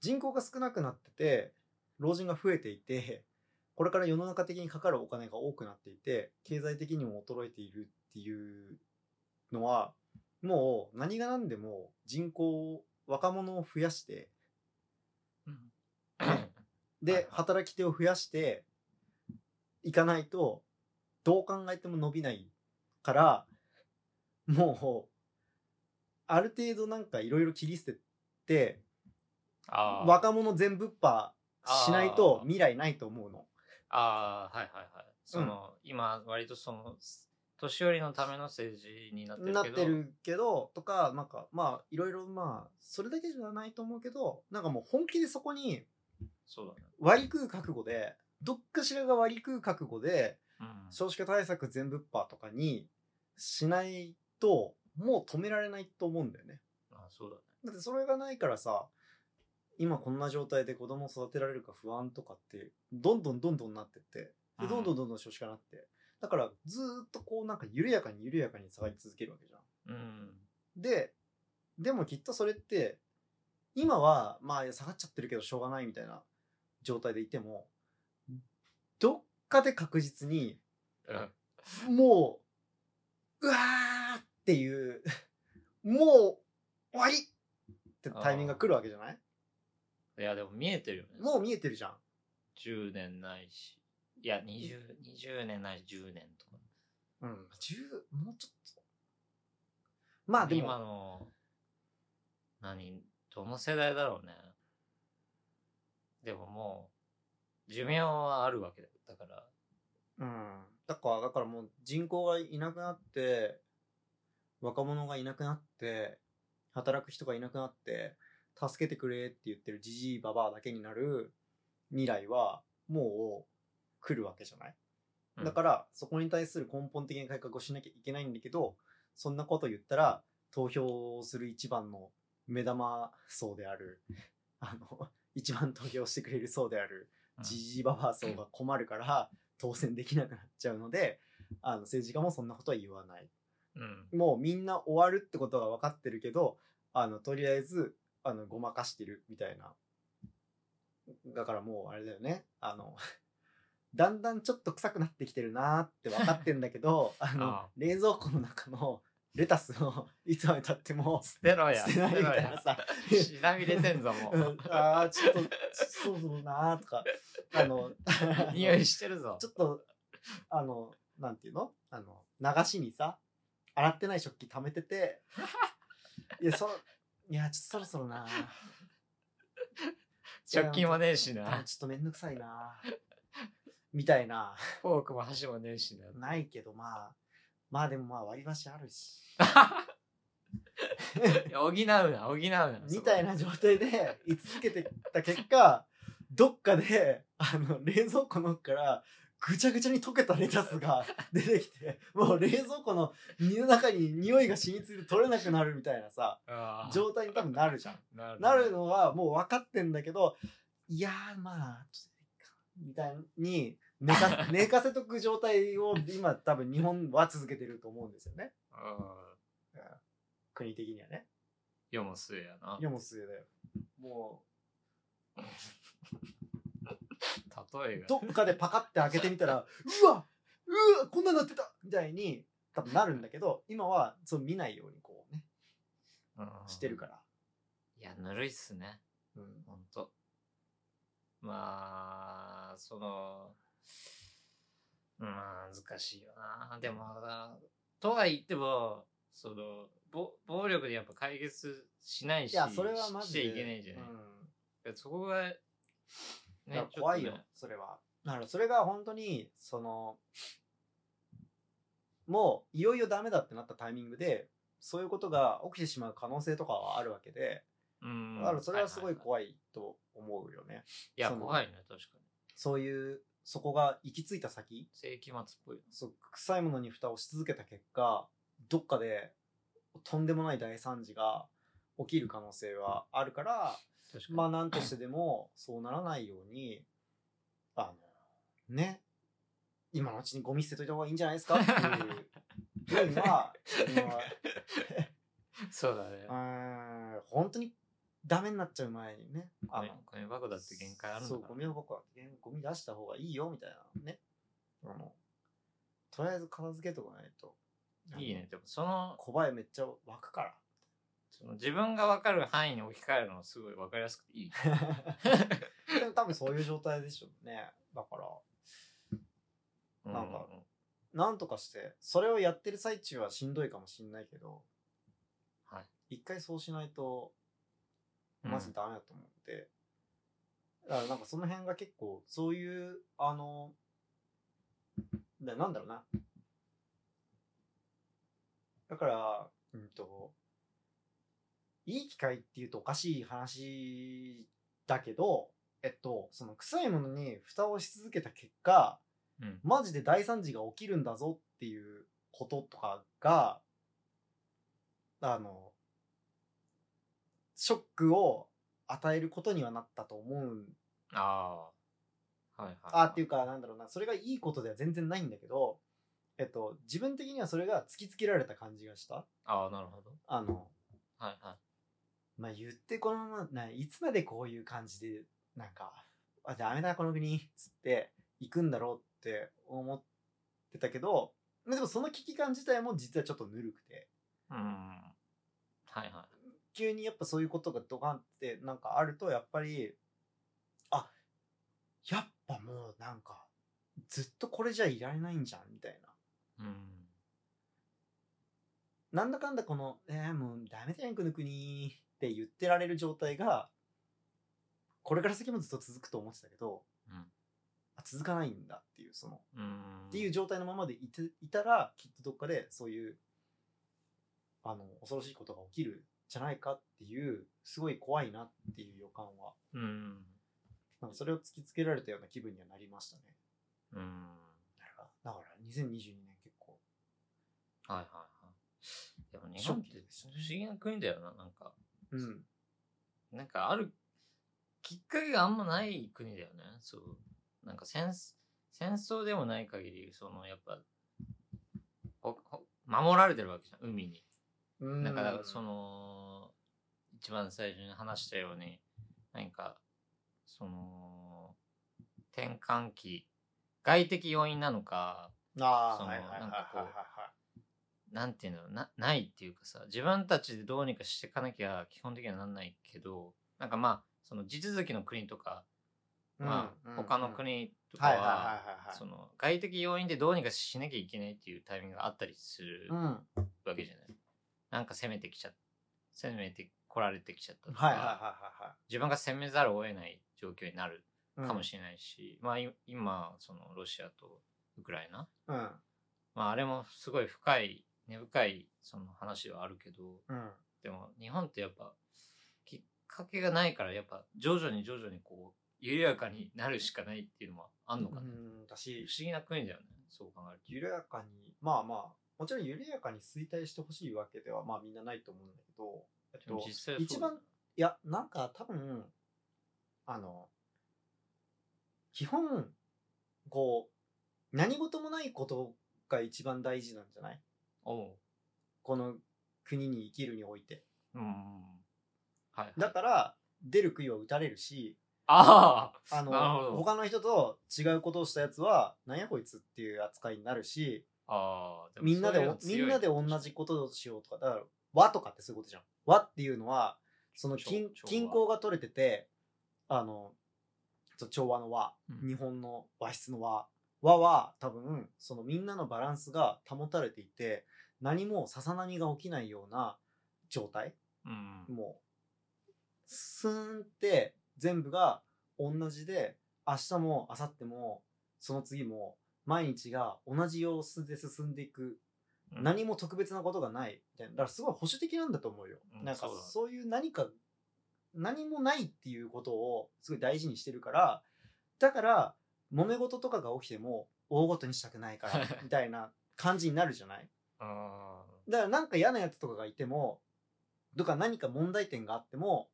人口が少なくなってて老人が増えていてこれから世の中的にかかるお金が多くなっていて経済的にも衰えているっていうのはもう何が何でも人口を若者を増やしてうんはいではい働き手を増やしていかないとどう考えても伸びないからもうある程度なんかいろいろ切り捨ててあー若者全ぶっぱしないとあー未来ないと思うの。ああ、はいはいはい。その、今、割とその、年寄りのための政治になってるけど。なってるけどとかなんかまあいろいろまあそれだけじゃないと思うけどなんかもう本気でそこにそうだね。割り食う覚悟でどっかしらが割り食う覚悟でうん。少子化対策全部っぱとかにしないともう止められないと思うんだよね。あそうだね。だってそれがないからさ今こんな状態で子供を育てられるか不安とかってどんどんどんどんなってってでどんどんどんどん少子化になってだからずーっとこうなんか緩やかに緩やかに下がり続けるわけじゃん。うん。で、でもきっとそれって、今は、まあ、下がっちゃってるけどしょうがないみたいな状態でいても、どっかで確実に、うんもう、うわーっていう、もう、終わりってタイミングが来るわけじゃないいや、でも見えてるよね。もう見えてるじゃん。 10年ないし。いや、20、20年ないし、10年とか。うん。10、もうちょっと、まあで今も、の、何、どの世代だろうね。でももう、寿命はあるわけだだかうら、ん。だから、だからもう人口がいなくなって、若者がいなくなって、働く人がいなくなって、助けてくれって言ってるじじいばばあだけになる未来は、もう来るわけじゃないうんだから、そこに対する根本的な改革をしなきゃいけないんだけど、そんなこと言ったら、投票をする一番の目玉層である、あの、一番投票してくれる層である、うんジジイババア層が困るから、当選できなくなっちゃうので、あの、政治家もそんなことは言わない。うん。もうみんな終わるってことが分かってるけど、あの、とりあえず、あの、ごまかしてるみたいな。だからもうあれだよね。あの、 だんだんちょっと臭くなってきてるなーって分かってんだけ ど、あの、ああ冷蔵庫の中のレタスを いつまでたっても捨てろや、捨てないみたいなさ。 しなみ出てんぞ、もうう。んああ、ちょっと、そうそうなーとか、あの、 匂いしてるぞち。ょっと、あの、なんていうのあの、流しにさ、洗ってない食器溜めて て、いや、そ、いや、ちょっとそろそろな、 食器もねえしあな。ちょっとめんどくさいな、みたいな、フォークも箸もねえしな。ないけど、まあ、まあでもまあ割り箸あるし、い や補うな、補うな。みたいな状態で 居続けてた結果、どっかで、あの、冷蔵庫の奥から、ぐちゃぐちゃに溶けたレタスが出てきて、もう冷蔵庫の身の中に匂いが染みついて取れなくなるみたいなさ、あー状態に多分なるじゃん。なるなるのはもう分かってんだけど、いやーまあ、ちょっといいかみたいに寝か寝かせとく状態を今多分日本は続けてると思うんですよね。うん国的にはね。世も末やな。いやもうすげえだよ。も 例えう、が。どっかでパカって開けてみた ら、うわうわこんなになってたみたいに多分なるんだけど、今はそう見ないようにこうね、うんしてるから。いや、ぬるいっすね。うん。ほんと。まあ、その、うん、難しいよな。でも、なとは言っても、その、暴暴力でやっぱ解決しないし、いや、それはマしジてで。いけないじゃない。うんそこが、ねいや怖いよ、ちょっそれは。だからそれが本当にそのもういよいよダメだってなったタイミングでそういうことが起きてしまう可能性とかはあるわけで、とねうん。だからそれはすごいい。怖いと思うよね、いや、その怖いね、確かに。そういうそこが行き着いた先世紀末っぽい。そう臭いものに蓋をし続けた結果どっかでとんでもない大惨事が起きる可能性はあるから確かに。まあなんとしてでもそうならないようにあのね今のうちにゴミ捨てといた方がいいんじゃないですかっていうふうにはそうだねあ。のうーん本当にダメになっちゃう前にねゴあミのゴミ箱だって限界あるんだそうかゴミは僕はゴミ出した方がいいよみたいなねあのとりあえず片付けとかないとら。いいね。でも、その、小林めっちゃ湧く からその自分が分かる範囲に置き換えるのすごい分かりやすくていい。でも多分そういう状態でしょうねだからなんかなんとかして、それをやってる最中はしんどいかもしんないけど、は一回そうしないと、うんマジダメだと思って、だからなんかその辺が結構、そういう、あの、だなんだろうな。だから、うんと、いい機会っていうとおかしい話だけど、えっと、その臭いものに蓋をし続けた結果、うん。マジで大惨事が起きるんだぞっていうこととかが、あの、ショックを与えることにはなったと思うん。ああ。はいはい。あーっていうか、なんだろうな、それがいいことでは全然ないんだけど、えっと、自分的にはそれが突きつけられた感じがした。ああ、なるほど。あの、はいはい。まあ、言ってこのまま、ないつまでこういう感じで、なんか、あ、ダメだ、この国、つって、行くんだろうって思ってたけど、まあでもその危機感自体も実はちょっとぬるくて、うん。はいは急にやっぱそういうことがドカンってなんかあると、やっぱり、あ、やっぱもうなんか、ずっとこれじゃいられないんじゃん、みたいい。うん。な。なんだかんだこの、えー、もうダメじゃん、この国って言ってられる状態が、これから先もずっと続くと思ってたけど、うんあ続かないんだっていう、その、うん。っていう状態のままでいていたら、きっとどっかでそういう、あの、恐ろしいことが起きるんじゃないかっていう、すごい怖いなっていう予感は、うん。なんかそれを突きつけられたような気分にはなりましたね。うん。だから、だから2022年結構、はいはいはい。でも日本って不思議な国だよな、なんか。うん、なんかある、きっかけがあんまない国だよね。そう。なんか戦、戦争でもない限り、その、やっぱ、ほほ守られてるわけじゃん、海に。なんか、その、一番最初に話したように、なんか、その、転換期、外的要因なのか、あそあ、のはいはいはいはないんかこうはい。なんていうのな、ないっていうかさ、自分たちでどうにかしていかなきゃ基本的にはなんないけど、なんかまあ、その地続きの国とか、まあ、他の国とかはいはいはは、いはいはい。その外的要因でどうにかしなきゃいけないっていうタイミングがあったりするうん。はいわけじゃない。なんか攻めてきちゃった。攻めてこられてきちゃったとか、はいはいはいは自分が攻めざるを得ない状況になるいはい。かもしれないし、まあい今、そのロシアとウクライナ、れない。まああれもすごい深い、根深いその話ではあるけど、うん。うん。でも日本ってやっぱきっかけがないからやっぱ徐々に徐々にこう緩やかになるしかないっていうのはあんのかな、不うん、だし思、議な国だよねそう考える緩やかに、まあまあ、もちろん緩やかに衰退してほしいわけでは、まあみんなないと思うんだけど、えっとでもと、実際一そうだ番、いや、なんか多分、あの、基本、こう、何事もないことが一番大事なんじゃないおうこの国に生きるにおいて。うんはいはいだから、出る杭は打たれるし、あああなるの、ほど他の人と違うことをしたやつは、なんやこいつっていう扱いになるし、ああもみんなでそういうのお、み強いんなで同じことをしようとか、だから、和とかってそういうことじゃん。和っていうのは、その均調調和均衡が取れてて、あの、そう調和の和、うん日本の和室の和、和は多分、そのみんなのバランスが保たれていて、何もささ波が起きないような状態うんもう、スーンって全部が同じで、明日も明後日も、その次も、毎日が同じ様子で進んでいく。うん何も特別なことがない。みたいなだからすごい保守的なんだと思うよ。うんなんかそうだそういう何か、何もないっていうことをすごい大事にしてるから、だから、揉め事とかが起きても、大ごとにしたくない から、みたいな感じになるじゃないあだからなんか嫌なやつとかがいても、とか何か問題点があっても、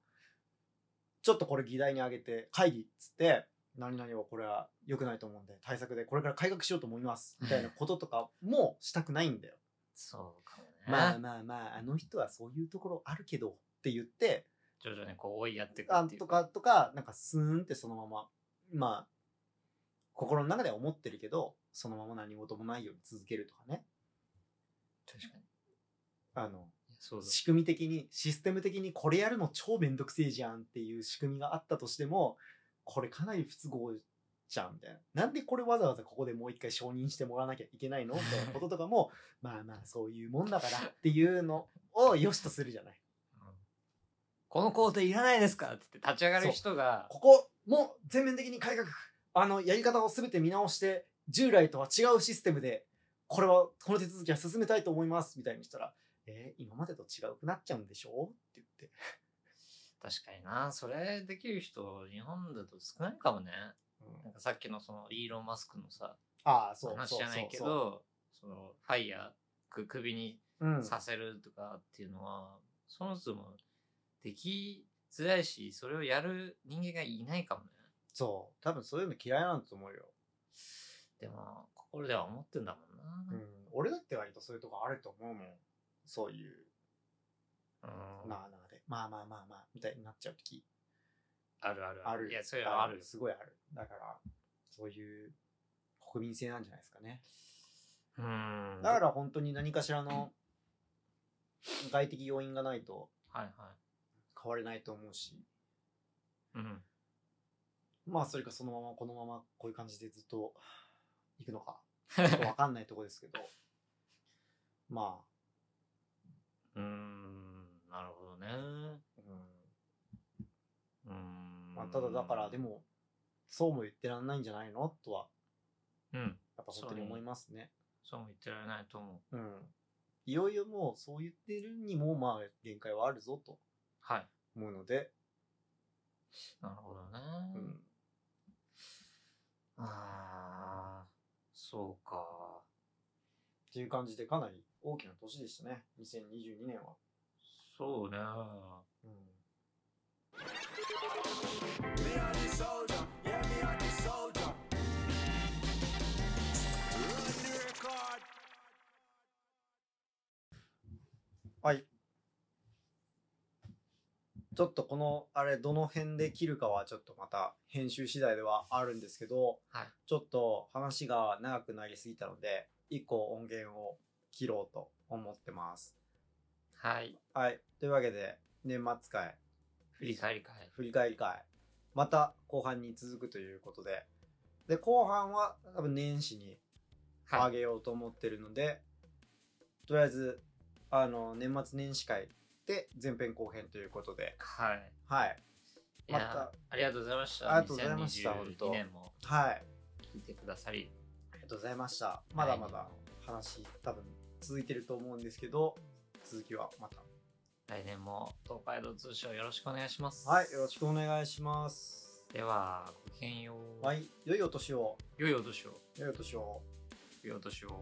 ちょっとこれ議題に上げて、会議っつって、何々はこれは良くないと思うんで、対策でこれから改革しようと思います、みたいなこととかもしたくないんだよ。そうかもねまあまあまあ、あの人はそういうところあるけど、って言って、徐々にこう追いやっていくあっていとうかとか、なんかスーンってそのまま、まあ、心の中では思ってるけど、そのまま何事もないように続けるとかね。確かにあの、いやそうだ仕組み的にシステム的にこれやるの超めんどくせえじゃんっていう仕組みがあったとしてもこれかなり不都合じゃんみたいななんでこれわざわざここでもう一回承認してもらわなきゃいけない のみたいなこととかもまあまあそういうもんだからっていうのを良しとするじゃないうんこの工程いらないですかって言って立ち上がる人がここも全面的に改革あのやり方を全て見直して従来とは違うシステムでこれはこの手続きは進めたいと思いますみたいにしたらえー今までと違うくなっちゃうんでしょって言って確かになそれできる人日本だと少ないかもねなんかさっきのそのイーロン・マスクのさああ、そう話じゃないけそうそうどそのファイヤーく首にそううん、させるとかっていうのは、そもそもできづらいしそれをやる人間がいないかもねそう。多分そういうの嫌いなんだと思うよ。でも心では思ってんだもんなうん。俺だって割とそういうとこあると思うもん。そういう、うん、まあなあで、まあまあまあまあ、みたいになっちゃう時あるあるある。いやそういうのあるよすごいある。だから、そういう国民性なんじゃないですかね。うんだから本当に何かしらの外的要因がないとはいはい変われないと思うし、うんまあそれかそのままこのままこういう感じでずっと 行くのか。ちょっとわかんないとこですけど、まあ、うーん、なるほどね。うんうーん。まあ、ただだからでも、もそうも言ってらんないんじゃないのとはうん、やっぱ本当に思いますね。そうも言ってられないと思う。うん、いよいよもうそう言ってるにもまあ限界はあるぞとはい。思うので、なるほどね。うん、ああ、そうか。っていう感じでかなり大きな年でしたね2022年は。そうね。うんはい。ちょっとこの、あれ、どの辺で切るかはちょっとまた編集次第ではあるんですけど、はい。ちょっと話が長くなりすぎたので、一個音源を切ろうと思ってます。はい。はい。というわけで、年末会、振り返り会。振り返り会、また後半に続くということで、で、後半は多分年始にあはい。げようと思ってるので、とりあえず、あの、年末年始会で前編後編ということで、はい。はい。いやまたありがとうございました。ありがとうございました本当2022年もはい。聞いてくださり。ありがとうございました。まだまだ話、多分続いてると思うんですけど、続きはまた。来年も東海道通信をよろしくお願いします。はい、よろしくお願いします。では、ごきげんよう。はい、良いお年を。良いお年を。良いお年を。良いお年を。